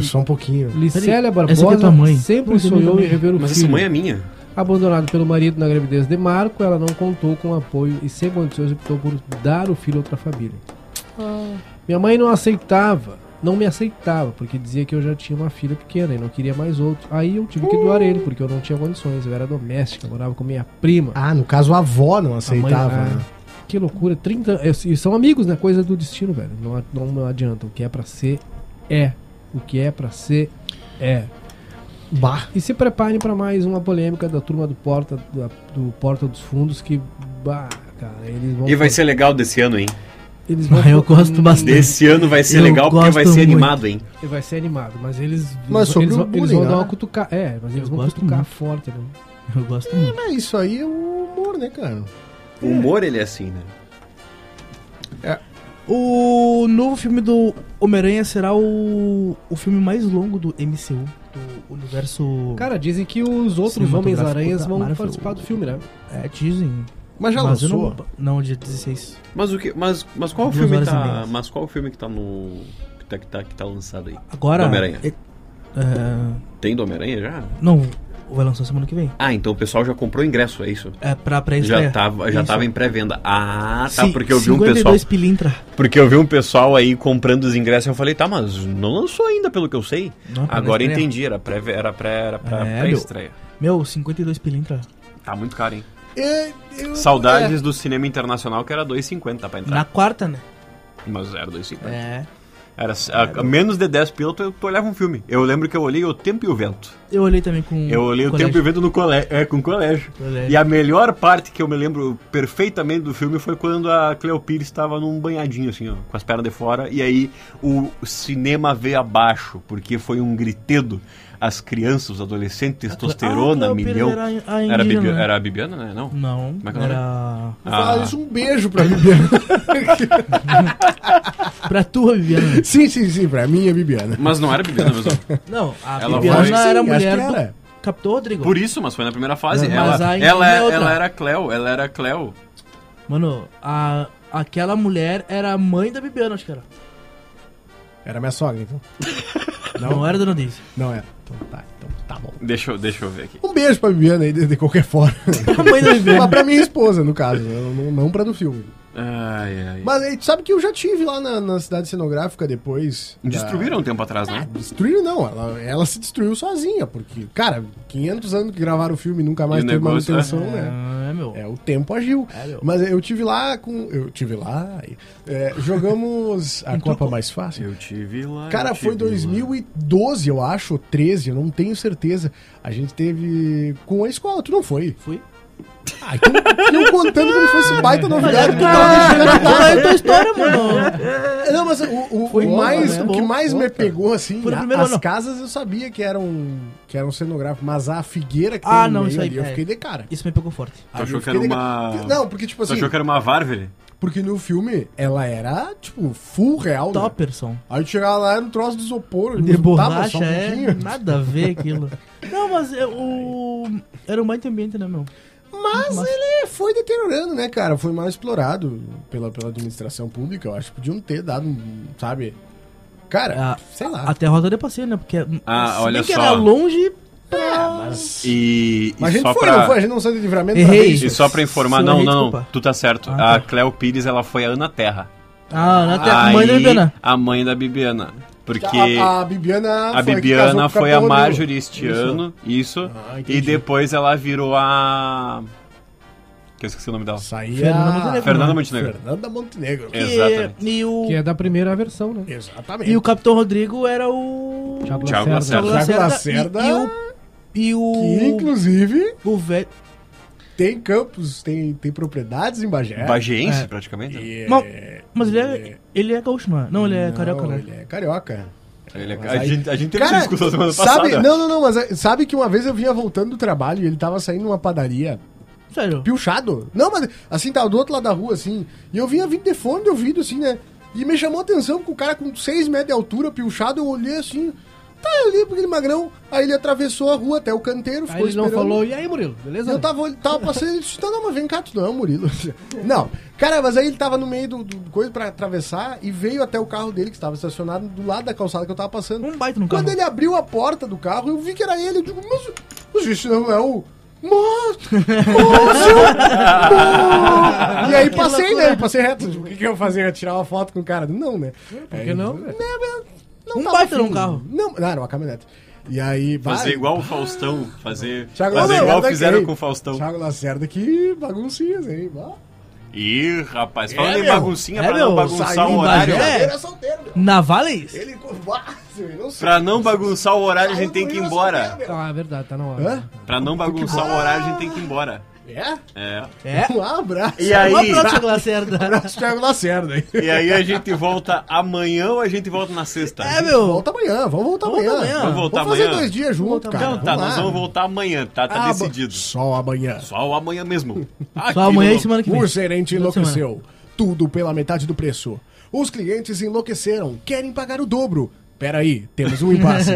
Speaker 4: Só um pouquinho.
Speaker 6: Licélia
Speaker 7: essa aqui é
Speaker 6: Barbosa
Speaker 7: tua mãe?
Speaker 6: sempre
Speaker 7: Mas é minha
Speaker 6: sonhou em
Speaker 7: mãe.
Speaker 6: rever o
Speaker 5: Mas essa
Speaker 6: filho.
Speaker 5: mãe é minha.
Speaker 6: Abandonado pelo marido na gravidez de Marco, ela não contou com apoio e, sem condições, optou por dar o filho a outra família. Minha mãe não aceitava, não me aceitava, porque dizia que eu já tinha uma filha pequena e não queria mais outro. Aí eu tive que doar ele, porque eu não tinha condições. Eu era doméstica, morava com minha prima.
Speaker 4: Ah, no caso a avó não
Speaker 6: A mãe-
Speaker 4: aceitava,
Speaker 6: ah,
Speaker 4: né?
Speaker 6: Que loucura, 30 anos. E são amigos, né? Coisa do destino, velho. Não, a- não, não adianta. O que é pra ser, é. O que é pra ser, é.
Speaker 4: Bah.
Speaker 6: E se preparem para mais uma polêmica da turma do Porta, da- do Porta dos Fundos, que. Bah, cara, eles vão.
Speaker 5: E vai ser legal desse ano, hein?
Speaker 6: Eles vão
Speaker 7: Eu gosto bastante.
Speaker 5: Desse ano vai ser
Speaker 7: Eu
Speaker 5: legal porque vai
Speaker 7: gosto
Speaker 5: ser
Speaker 7: muito.
Speaker 5: animado, hein?
Speaker 6: Vai ser animado, mas eles.
Speaker 4: Mas sobre
Speaker 6: eles,
Speaker 4: o
Speaker 6: vão- eles
Speaker 4: bullying,
Speaker 6: vão
Speaker 4: né?
Speaker 6: dar uma cutucada. É, mas eles
Speaker 7: Eu
Speaker 6: vão
Speaker 7: gosto
Speaker 6: cutucar
Speaker 7: muito.
Speaker 6: forte, né?
Speaker 7: Eu gosto muito.
Speaker 4: É, isso aí é o humor, né, cara?
Speaker 5: O humor, ele é assim, né?
Speaker 7: O novo filme do Homem-Aranha será o, o filme mais longo do MCU, do universo.
Speaker 6: Cara, dizem que os outros
Speaker 7: Cinematográfico tá
Speaker 6: Homens-Aranhas
Speaker 7: da
Speaker 6: vão
Speaker 7: Marvel.
Speaker 6: participar do filme, né?
Speaker 7: é, dizem.
Speaker 4: Mas Ah, já
Speaker 7: mas eu
Speaker 4: lançou.
Speaker 7: não, não, dia 16.
Speaker 5: Mas o que. Mas, mas qual o
Speaker 7: Duas
Speaker 5: filme
Speaker 7: horas e
Speaker 5: tá.
Speaker 7: meia.
Speaker 5: Mas qual o filme que tá no. Que tá, que tá, que tá lançado aí?
Speaker 7: Agora.
Speaker 5: Do Homem-Aranha.
Speaker 7: é- é,
Speaker 5: Tem do Homem-Aranha já?
Speaker 7: não, vai lançar semana que vem.
Speaker 5: Ah, então o pessoal já comprou o ingresso, é isso?
Speaker 7: É pra pré-estreia.
Speaker 5: Já tava, já
Speaker 7: Isso.
Speaker 5: tava em pré-venda. Ah, tá,
Speaker 7: Ci-
Speaker 5: porque eu vi um pessoal.
Speaker 7: 52 pilintra.
Speaker 5: Porque eu vi um pessoal aí comprando os ingressos e eu falei, tá, mas não lançou ainda, pelo que eu sei.
Speaker 7: Não, tá na
Speaker 5: Agora
Speaker 7: estreia.
Speaker 5: entendi, era pré era pré, era pra,
Speaker 7: É,
Speaker 5: pré estreia.
Speaker 7: Meu, 52 pilintra.
Speaker 5: Tá muito caro, hein?
Speaker 4: É, eu-
Speaker 5: Saudades do cinema internacional que era 2,50 pra
Speaker 7: é. Na
Speaker 5: entrar.
Speaker 7: quarta, né?
Speaker 5: Mas era 2,50.
Speaker 7: É.
Speaker 5: Era a- a menos de 10 pila, tu, tu olhava um filme. Eu lembro que eu olhei O Tempo e o Vento.
Speaker 7: Eu olhei também com.
Speaker 5: Eu olhei O
Speaker 7: Hum, colégio.
Speaker 5: Tempo e o Vento no colégio, é, com o colégio.
Speaker 7: Colégio.
Speaker 5: E a melhor parte que eu me lembro perfeitamente do filme foi quando a Cleo Pires estava num banhadinho, assim, ó, com as pernas de fora, e aí o cinema veio abaixo, porque foi um gritedo. As crianças, os adolescentes, testosterona,
Speaker 7: Ah, Cleo Pires
Speaker 5: milhão.
Speaker 7: era a
Speaker 5: era, a
Speaker 7: indígena,
Speaker 5: Bibi-
Speaker 7: né?
Speaker 5: era a Bibiana, né? Não.
Speaker 7: Não,
Speaker 5: Como é que é o nome?
Speaker 7: era.
Speaker 4: Ah,
Speaker 5: Ah.
Speaker 4: isso um beijo pra Bibiana.
Speaker 7: pra tua, Viviana.
Speaker 4: sim, sim, sim, pra mim é Bibiana.
Speaker 5: Mas não era Bibiana mesmo.
Speaker 7: Não, a
Speaker 5: Ela
Speaker 7: Bibiana
Speaker 5: vai-
Speaker 7: era a
Speaker 4: Sim, acho
Speaker 7: mulher
Speaker 4: que era.
Speaker 7: do Capitão Rodrigo.
Speaker 5: Por isso, mas foi na primeira fase.
Speaker 7: Mas
Speaker 5: ela,
Speaker 7: aí
Speaker 5: ela,
Speaker 7: é outra.
Speaker 5: ela era Cleo, ela era Cleo.
Speaker 7: Mano, a, aquela mulher era a mãe da Bibiana, acho que era.
Speaker 4: Era minha sogra, então.
Speaker 7: Não, era a Dona Daisy.
Speaker 4: Não era. Então tá, então tá bom.
Speaker 5: Deixa eu, deixa eu ver aqui.
Speaker 4: Um beijo pra Bibiana aí, de, de qualquer forma.
Speaker 7: A mãe da
Speaker 4: Mas
Speaker 7: Bibiana.
Speaker 4: pra minha esposa, no caso, né? não, não- não pra do filme.
Speaker 5: Ai, ai.
Speaker 4: Mas aí, tu sabe que eu já tive lá na, na cidade cenográfica depois. da-
Speaker 5: Destruíram um tempo atrás, né?
Speaker 4: Destruíram não, ela, ela se destruiu sozinha, porque, cara, 500 anos que gravaram o filme e nunca mais
Speaker 5: E o
Speaker 4: teve
Speaker 5: negócio,
Speaker 4: manutenção, né?
Speaker 7: Ah, é, meu.
Speaker 4: É, o tempo agiu.
Speaker 7: É, meu.
Speaker 4: Mas eu tive lá com. Eu tive lá. é, jogamos a
Speaker 7: Então,
Speaker 4: Copa Mais Fácil.
Speaker 5: Eu tive lá.
Speaker 4: Cara, foi 2012, eu acho, ou 13, eu não tenho certeza. A gente teve com a escola, tu não foi?
Speaker 7: Fui.
Speaker 4: Ah, então, eu contando como se fosse baita novidade. que
Speaker 7: é
Speaker 4: tava deixando de dar.
Speaker 7: Olha aí tua história, mano.
Speaker 4: Não, mas o, o-
Speaker 7: Foi
Speaker 4: o
Speaker 7: bom,
Speaker 4: mais,
Speaker 7: né?
Speaker 4: o que
Speaker 7: Bom,
Speaker 4: mais
Speaker 7: bom,
Speaker 4: me
Speaker 7: cara.
Speaker 4: pegou, assim,
Speaker 7: Foi no
Speaker 4: a-
Speaker 7: primeiro
Speaker 4: as
Speaker 7: ano.
Speaker 4: casas eu sabia que eram, que eram cenográficas, mas a figueira que
Speaker 7: Ah,
Speaker 4: tem no
Speaker 7: não,
Speaker 4: meio
Speaker 7: isso aí,
Speaker 4: ali, eu
Speaker 7: é.
Speaker 4: fiquei de cara.
Speaker 7: Isso me pegou forte.
Speaker 5: Tu achou
Speaker 4: eu
Speaker 5: que era
Speaker 4: fiquei de
Speaker 5: uma.
Speaker 4: cara. Não, porque tipo
Speaker 5: Tu
Speaker 4: assim,
Speaker 5: achou que era uma várvore?
Speaker 4: porque no filme ela era, tipo, full real, né?
Speaker 7: Topperson.
Speaker 4: Aí tu chegava lá, era um troço de isopor,
Speaker 7: De
Speaker 4: botava
Speaker 7: borracha, é.
Speaker 4: um pouquinho.
Speaker 7: Nada a ver aquilo. Não, mas é o. Era um baita ambiente, né, meu?
Speaker 4: Mas ele foi deteriorando, né, cara? Foi mal explorado pela, pela administração pública, eu acho. que Podiam ter dado, um, sabe? Cara,
Speaker 7: Ah,
Speaker 4: sei lá.
Speaker 7: Até a rota de passeio, né? Porque.
Speaker 5: Ah,
Speaker 7: se
Speaker 5: olha
Speaker 7: bem que
Speaker 5: só.
Speaker 7: era longe.
Speaker 5: E, e
Speaker 4: Mas a gente
Speaker 5: só
Speaker 4: foi,
Speaker 5: pra...
Speaker 4: não foi? A gente não saiu de livramento
Speaker 7: Errei.
Speaker 4: ver isso.
Speaker 5: E só pra informar, não,
Speaker 7: Sorry,
Speaker 5: não,
Speaker 7: desculpa.
Speaker 5: tu tá certo.
Speaker 7: Ah,
Speaker 5: A Cleo Pires, ela foi a Ana Terra.
Speaker 7: Ah, na terra. Mãe da
Speaker 5: Aí,
Speaker 7: Bibiana.
Speaker 5: A mãe da Bibiana. Porque
Speaker 4: A,
Speaker 5: a,
Speaker 4: a Bibiana foi que casou com
Speaker 5: Bibiana
Speaker 4: o
Speaker 5: foi a
Speaker 4: Capitão Rodrigo.
Speaker 5: Marjorie este ano, isso.
Speaker 4: Ah, entendi.
Speaker 5: e depois ela virou a... Que eu esqueci o nome dela.
Speaker 4: Saía...
Speaker 7: Fernanda Montenegro.
Speaker 5: Fernanda Montenegro.
Speaker 4: Fernanda Montenegro.
Speaker 5: É. Exatamente.
Speaker 7: E, e o,
Speaker 6: Que é da primeira versão, né?
Speaker 4: Exatamente.
Speaker 7: e o Capitão Rodrigo era o.
Speaker 6: Thiago
Speaker 5: Thiago Lacerda.
Speaker 7: Thiago
Speaker 4: Thiago
Speaker 7: Lacerda. E, e o. E
Speaker 4: Que,
Speaker 7: o.
Speaker 4: inclusive,
Speaker 7: O velho.
Speaker 4: tem campos, tem, tem propriedades em Bagé.
Speaker 5: Bagiense,
Speaker 7: É.
Speaker 5: praticamente. né?
Speaker 4: E-
Speaker 7: Não, mas ele é, ele é gaúcho, não é? Não, ele é carioca, né?
Speaker 4: Ele é carioca.
Speaker 5: Ele é-
Speaker 4: Mas
Speaker 5: a,
Speaker 4: aí-
Speaker 5: gente, a gente teve essa discussão semana
Speaker 4: sabe,
Speaker 5: passada.
Speaker 4: Não, não, não, mas é, sabe que uma vez eu vinha voltando do trabalho e ele tava saindo numa padaria
Speaker 7: Sério.
Speaker 4: pilchado. Não, mas assim, tava do outro lado da rua, assim. E eu vinha vindo de fone de ouvido, assim, né? E me chamou a atenção que o cara com 6 metros de altura, pilchado, eu olhei assim. Tá ali, aquele magrão. Aí ele atravessou a rua até o canteiro,
Speaker 6: Aí
Speaker 4: ficou
Speaker 6: ele não
Speaker 4: esperando.
Speaker 6: falou, e aí, Murilo, beleza?
Speaker 4: Eu tava, ele tava passando, ele disse, não, não, mas vem cá, tu não é o Murilo. Não, cara, mas aí ele tava no meio do, do coisa pra atravessar e veio até o carro dele, que estava estacionado do lado da calçada que eu tava passando.
Speaker 7: Um baita no carro.
Speaker 4: Quando ele abriu a porta do carro, eu vi que era ele, eu digo, mas, mas isso não é o... Moço! Moço! E aí
Speaker 7: Que
Speaker 4: passei,
Speaker 7: loucura.
Speaker 4: né? Eu Passei reto. O que, que eu ia fazer? Eu ia tirar uma foto com o cara? Não, né?
Speaker 7: É,
Speaker 4: Por
Speaker 6: que não, velho?
Speaker 4: Não
Speaker 7: Um
Speaker 4: tava
Speaker 7: baita
Speaker 4: afim.
Speaker 7: num carro.
Speaker 4: Não, não, era uma caminhonete. E aí...
Speaker 5: Fazer
Speaker 4: vai-
Speaker 5: igual o Faustão. Fazer,
Speaker 4: Thiago
Speaker 5: fazer igual
Speaker 4: Lacerda
Speaker 5: fizeram
Speaker 4: que-
Speaker 5: com o Faustão.
Speaker 4: Thiago Lacerda que baguncinhas, hein? Bah.
Speaker 5: Ih, rapaz, falando em
Speaker 4: meu.
Speaker 5: baguncinha,
Speaker 7: É,
Speaker 5: pra
Speaker 7: meu,
Speaker 5: não bagunçar
Speaker 7: saiu
Speaker 5: o
Speaker 7: em
Speaker 5: Um horário. né?
Speaker 7: Bagé.
Speaker 4: Ele é solteiro, meu.
Speaker 7: Na Valles?
Speaker 4: Ele covarde, eu não sei.
Speaker 5: Pra não bagunçar o horário, a gente tem que ir embora.
Speaker 6: Ah, é verdade, tá na hora.
Speaker 4: Hã?
Speaker 5: Pra não bagunçar o horário, a gente tem que ir embora.
Speaker 4: É?
Speaker 5: É.
Speaker 7: É.
Speaker 4: Um abraço. Um
Speaker 5: E Tá aí?
Speaker 7: Uma pra Thiago Lacerda.
Speaker 4: abraço, Thiago Lacerda. aí.
Speaker 5: E aí a gente volta amanhã ou a gente volta na sexta?
Speaker 7: É, meu.
Speaker 4: Volta amanhã, vamos voltar
Speaker 7: Vamos
Speaker 4: amanhã.
Speaker 7: voltar amanhã.
Speaker 5: Vamos voltar
Speaker 4: fazer
Speaker 5: amanhã?
Speaker 4: dois dias junto, cara.
Speaker 5: Então tá,
Speaker 4: Vamos
Speaker 5: nós
Speaker 4: lá.
Speaker 5: vamos voltar amanhã, tá? Tá
Speaker 4: Ah,
Speaker 5: decidido.
Speaker 4: ba- Só amanhã.
Speaker 5: Só o amanhã mesmo. Aqui
Speaker 7: Só amanhã
Speaker 5: no-
Speaker 7: e semana que vem.
Speaker 4: O gerente
Speaker 7: Toda semana.
Speaker 4: enlouqueceu. Tudo pela metade do preço. Os clientes enlouqueceram, querem pagar o dobro. Peraí, temos um impasse.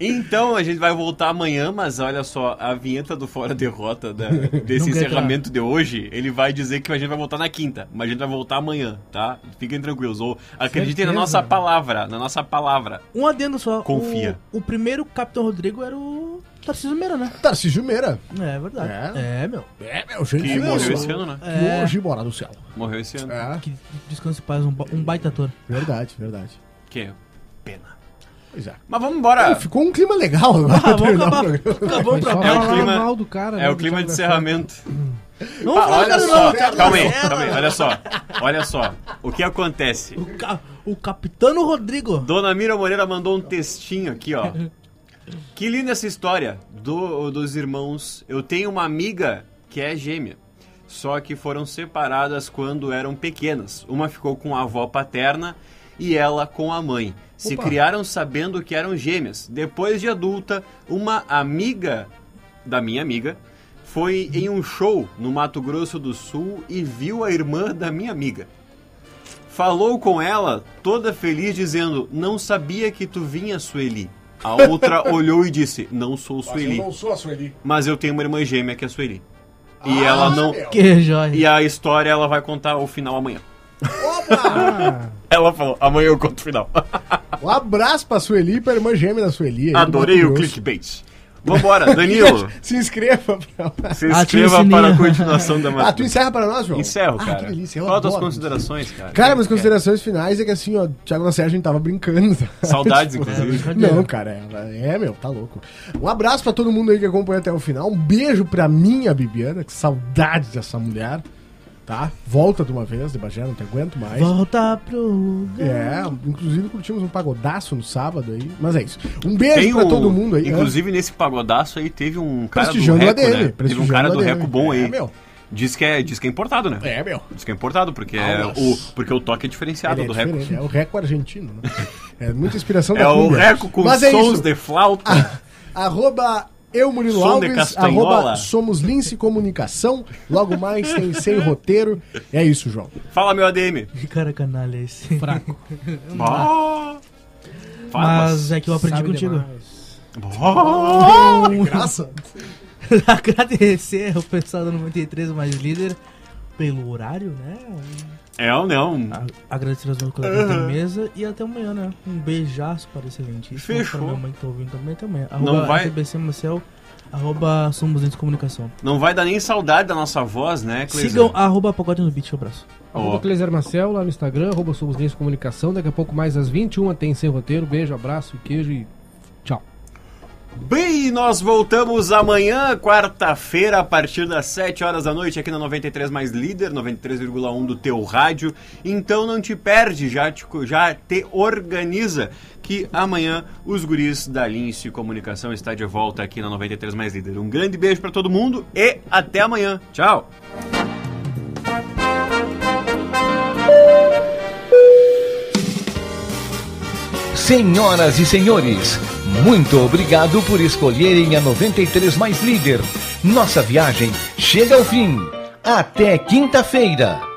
Speaker 5: Então a gente vai voltar amanhã, mas olha só, a vinheta do Fora Derrota da- desse
Speaker 7: Não quer
Speaker 5: encerramento de hoje, ele vai dizer que a gente vai voltar na quinta, mas a gente vai voltar amanhã, tá? Fiquem tranquilos. Ou acreditem na
Speaker 6: Certeza.
Speaker 5: nossa palavra, na nossa palavra.
Speaker 7: Um adendo só.
Speaker 5: Confia.
Speaker 7: O, o primeiro Capitão Rodrigo era o Tarcísio Meira, né?
Speaker 4: Tarcísio Meira.
Speaker 7: É, é verdade. É, meu. É.
Speaker 4: É, meu, gente.
Speaker 5: Que
Speaker 4: é meu,
Speaker 5: morreu
Speaker 4: só-
Speaker 5: esse ano, né?
Speaker 4: Que hoje mora no céu.
Speaker 5: Morreu esse ano.
Speaker 4: É,
Speaker 7: Que descanse paz, um, ba- um baita ator.
Speaker 4: verdade, verdade.
Speaker 5: Que pena.
Speaker 4: Pois é.
Speaker 5: Mas vamos embora.
Speaker 4: Pô, ficou um clima legal agora. pra
Speaker 7: Ah, vamos
Speaker 4: terminar o
Speaker 7: acabar.
Speaker 4: programa.
Speaker 7: Acabou pra
Speaker 6: Só
Speaker 5: É o
Speaker 6: falar
Speaker 5: clima-
Speaker 6: mal do cara,
Speaker 5: É
Speaker 6: né,
Speaker 5: o
Speaker 6: do
Speaker 5: clima de
Speaker 6: Thiago
Speaker 5: encerramento.
Speaker 7: Não
Speaker 5: Ah,
Speaker 7: fala,
Speaker 5: olha
Speaker 7: cara,
Speaker 5: só,
Speaker 7: não.
Speaker 5: calma aí, calma aí, olha só. Olha só, o que acontece?
Speaker 7: O, ca- o Capitano Rodrigo.
Speaker 5: Dona Mira Moreira mandou um textinho aqui, ó. Que linda essa história do- dos irmãos. Eu tenho uma amiga que é gêmea, só que foram separadas quando eram pequenas. Uma ficou com a avó paterna e ela com a mãe. Se criaram sabendo que eram gêmeas. Depois de adulta, uma amiga da minha amiga foi em um show no Mato Grosso do Sul e viu a irmã da minha amiga. Falou com ela, toda feliz, dizendo: Não sabia que tu vinha, Sueli. A outra olhou e disse: Não sou Sueli, Ah,
Speaker 4: sou a Sueli.
Speaker 5: mas eu tenho uma irmã gêmea que é a Sueli.
Speaker 4: Ah,
Speaker 5: E ela não.
Speaker 7: Que joia.
Speaker 5: E a história ela vai contar o final amanhã.
Speaker 4: Opa!
Speaker 5: Ela falou: Amanhã eu conto o final.
Speaker 4: um abraço pra Sueli e pra irmã gêmea da Sueli. aí do
Speaker 5: Adorei
Speaker 4: Mato
Speaker 5: o
Speaker 4: Grosso.
Speaker 5: clickbait. Vambora, Danilo,
Speaker 4: Se inscreva. Pra...
Speaker 5: se
Speaker 7: Ative o
Speaker 5: inscreva para a
Speaker 7: sininho.
Speaker 5: continuação da
Speaker 4: um Ah, tu
Speaker 5: matéria.
Speaker 4: encerra pra nós, João?
Speaker 5: Encerro,
Speaker 4: Ah,
Speaker 5: cara.
Speaker 4: que delícia. eu
Speaker 5: Qual as tuas
Speaker 4: adoro.
Speaker 5: considerações, cara?
Speaker 4: Cara, minhas considerações finais é que assim, ó, o Thiago Lacerda a gente tava brincando. Tipo, né?
Speaker 5: Saudades,
Speaker 7: É,
Speaker 5: inclusive.
Speaker 7: brincadeira.
Speaker 4: Não, cara, ela- é, meu, tá louco. Um abraço pra todo mundo aí que acompanha até o final. Um beijo pra minha Bibiana, que saudade dessa mulher. tá? Volta de uma vez, de Bagé, não te aguento mais.
Speaker 7: Volta pro lugar.
Speaker 4: É, inclusive curtimos um pagodaço no sábado aí, mas é isso. Um beijo pra todo mundo aí. né?
Speaker 5: Inclusive, nesse pagodaço aí teve um cara do
Speaker 4: Prestigiando o
Speaker 5: Reco,
Speaker 4: ADM,
Speaker 5: né? Teve um
Speaker 4: prestigiando
Speaker 5: cara do
Speaker 4: o ADM.
Speaker 5: Reco bom
Speaker 4: É,
Speaker 5: aí.
Speaker 4: meu.
Speaker 5: Diz que é, diz que é importado, né?
Speaker 4: né? É, meu.
Speaker 5: Diz que é importado, porque, é
Speaker 4: Ah,
Speaker 5: o, porque o toque é diferenciado
Speaker 4: Ele é,
Speaker 5: do Reco.
Speaker 4: diferente, é o Reco argentino, né? É muita inspiração
Speaker 5: É o
Speaker 4: cumbia.
Speaker 5: Reco com
Speaker 4: Mas é
Speaker 5: sons
Speaker 4: isso. Ah.
Speaker 5: de flauta.
Speaker 4: Arroba eu, Murilo
Speaker 5: Som de
Speaker 4: Alves,
Speaker 5: castanhola.
Speaker 4: arroba Somos Lince Comunicação. Logo mais tem Sem Roteiro. É isso, João.
Speaker 5: Fala, meu ADM.
Speaker 7: Que cara canalha é esse?
Speaker 6: Fraco.
Speaker 5: Ah. Fala,
Speaker 7: Mas é que eu aprendi
Speaker 6: Sabe
Speaker 7: contigo.
Speaker 6: demais.
Speaker 5: Ah.
Speaker 4: Graça.
Speaker 7: Agradecer ao pessoal do 93 mais líder pelo horário, né?
Speaker 5: É ou não?
Speaker 7: A- Agradecer aos meus colegas da mesa e até amanhã, né? Um beijaço para o excelentíssimo.
Speaker 5: Fechou.
Speaker 7: Para minha mãe que tá ouvindo também, até amanhã.
Speaker 5: Não
Speaker 7: Arroba
Speaker 5: vai-
Speaker 7: RBC Marcel, arroba Somos Dentes Comunicação.
Speaker 5: Não vai dar nem saudade da nossa voz, né, Cleiton?
Speaker 7: Sigam arroba Pagode no Beat, um abraço.
Speaker 5: Ó.
Speaker 6: Arroba Cleiser Marcel lá no Instagram, arroba Somos Lenço Comunicação. Daqui a pouco mais às 21 tem sem roteiro. Beijo, abraço, queijo e tchau.
Speaker 5: Bem, nós voltamos amanhã, quarta-feira, a partir das 7 horas da noite, aqui na 93 mais líder, 93,1 do teu rádio. Então não te perde, já te, co- já te organiza que amanhã os guris da Lince Comunicação está de volta aqui na 93 mais líder. Um grande beijo pra todo mundo e até amanhã. Tchau.
Speaker 2: Senhoras e senhores, muito obrigado por escolherem a 93 Mais Líder. Nossa viagem chega ao fim. Até quinta-feira.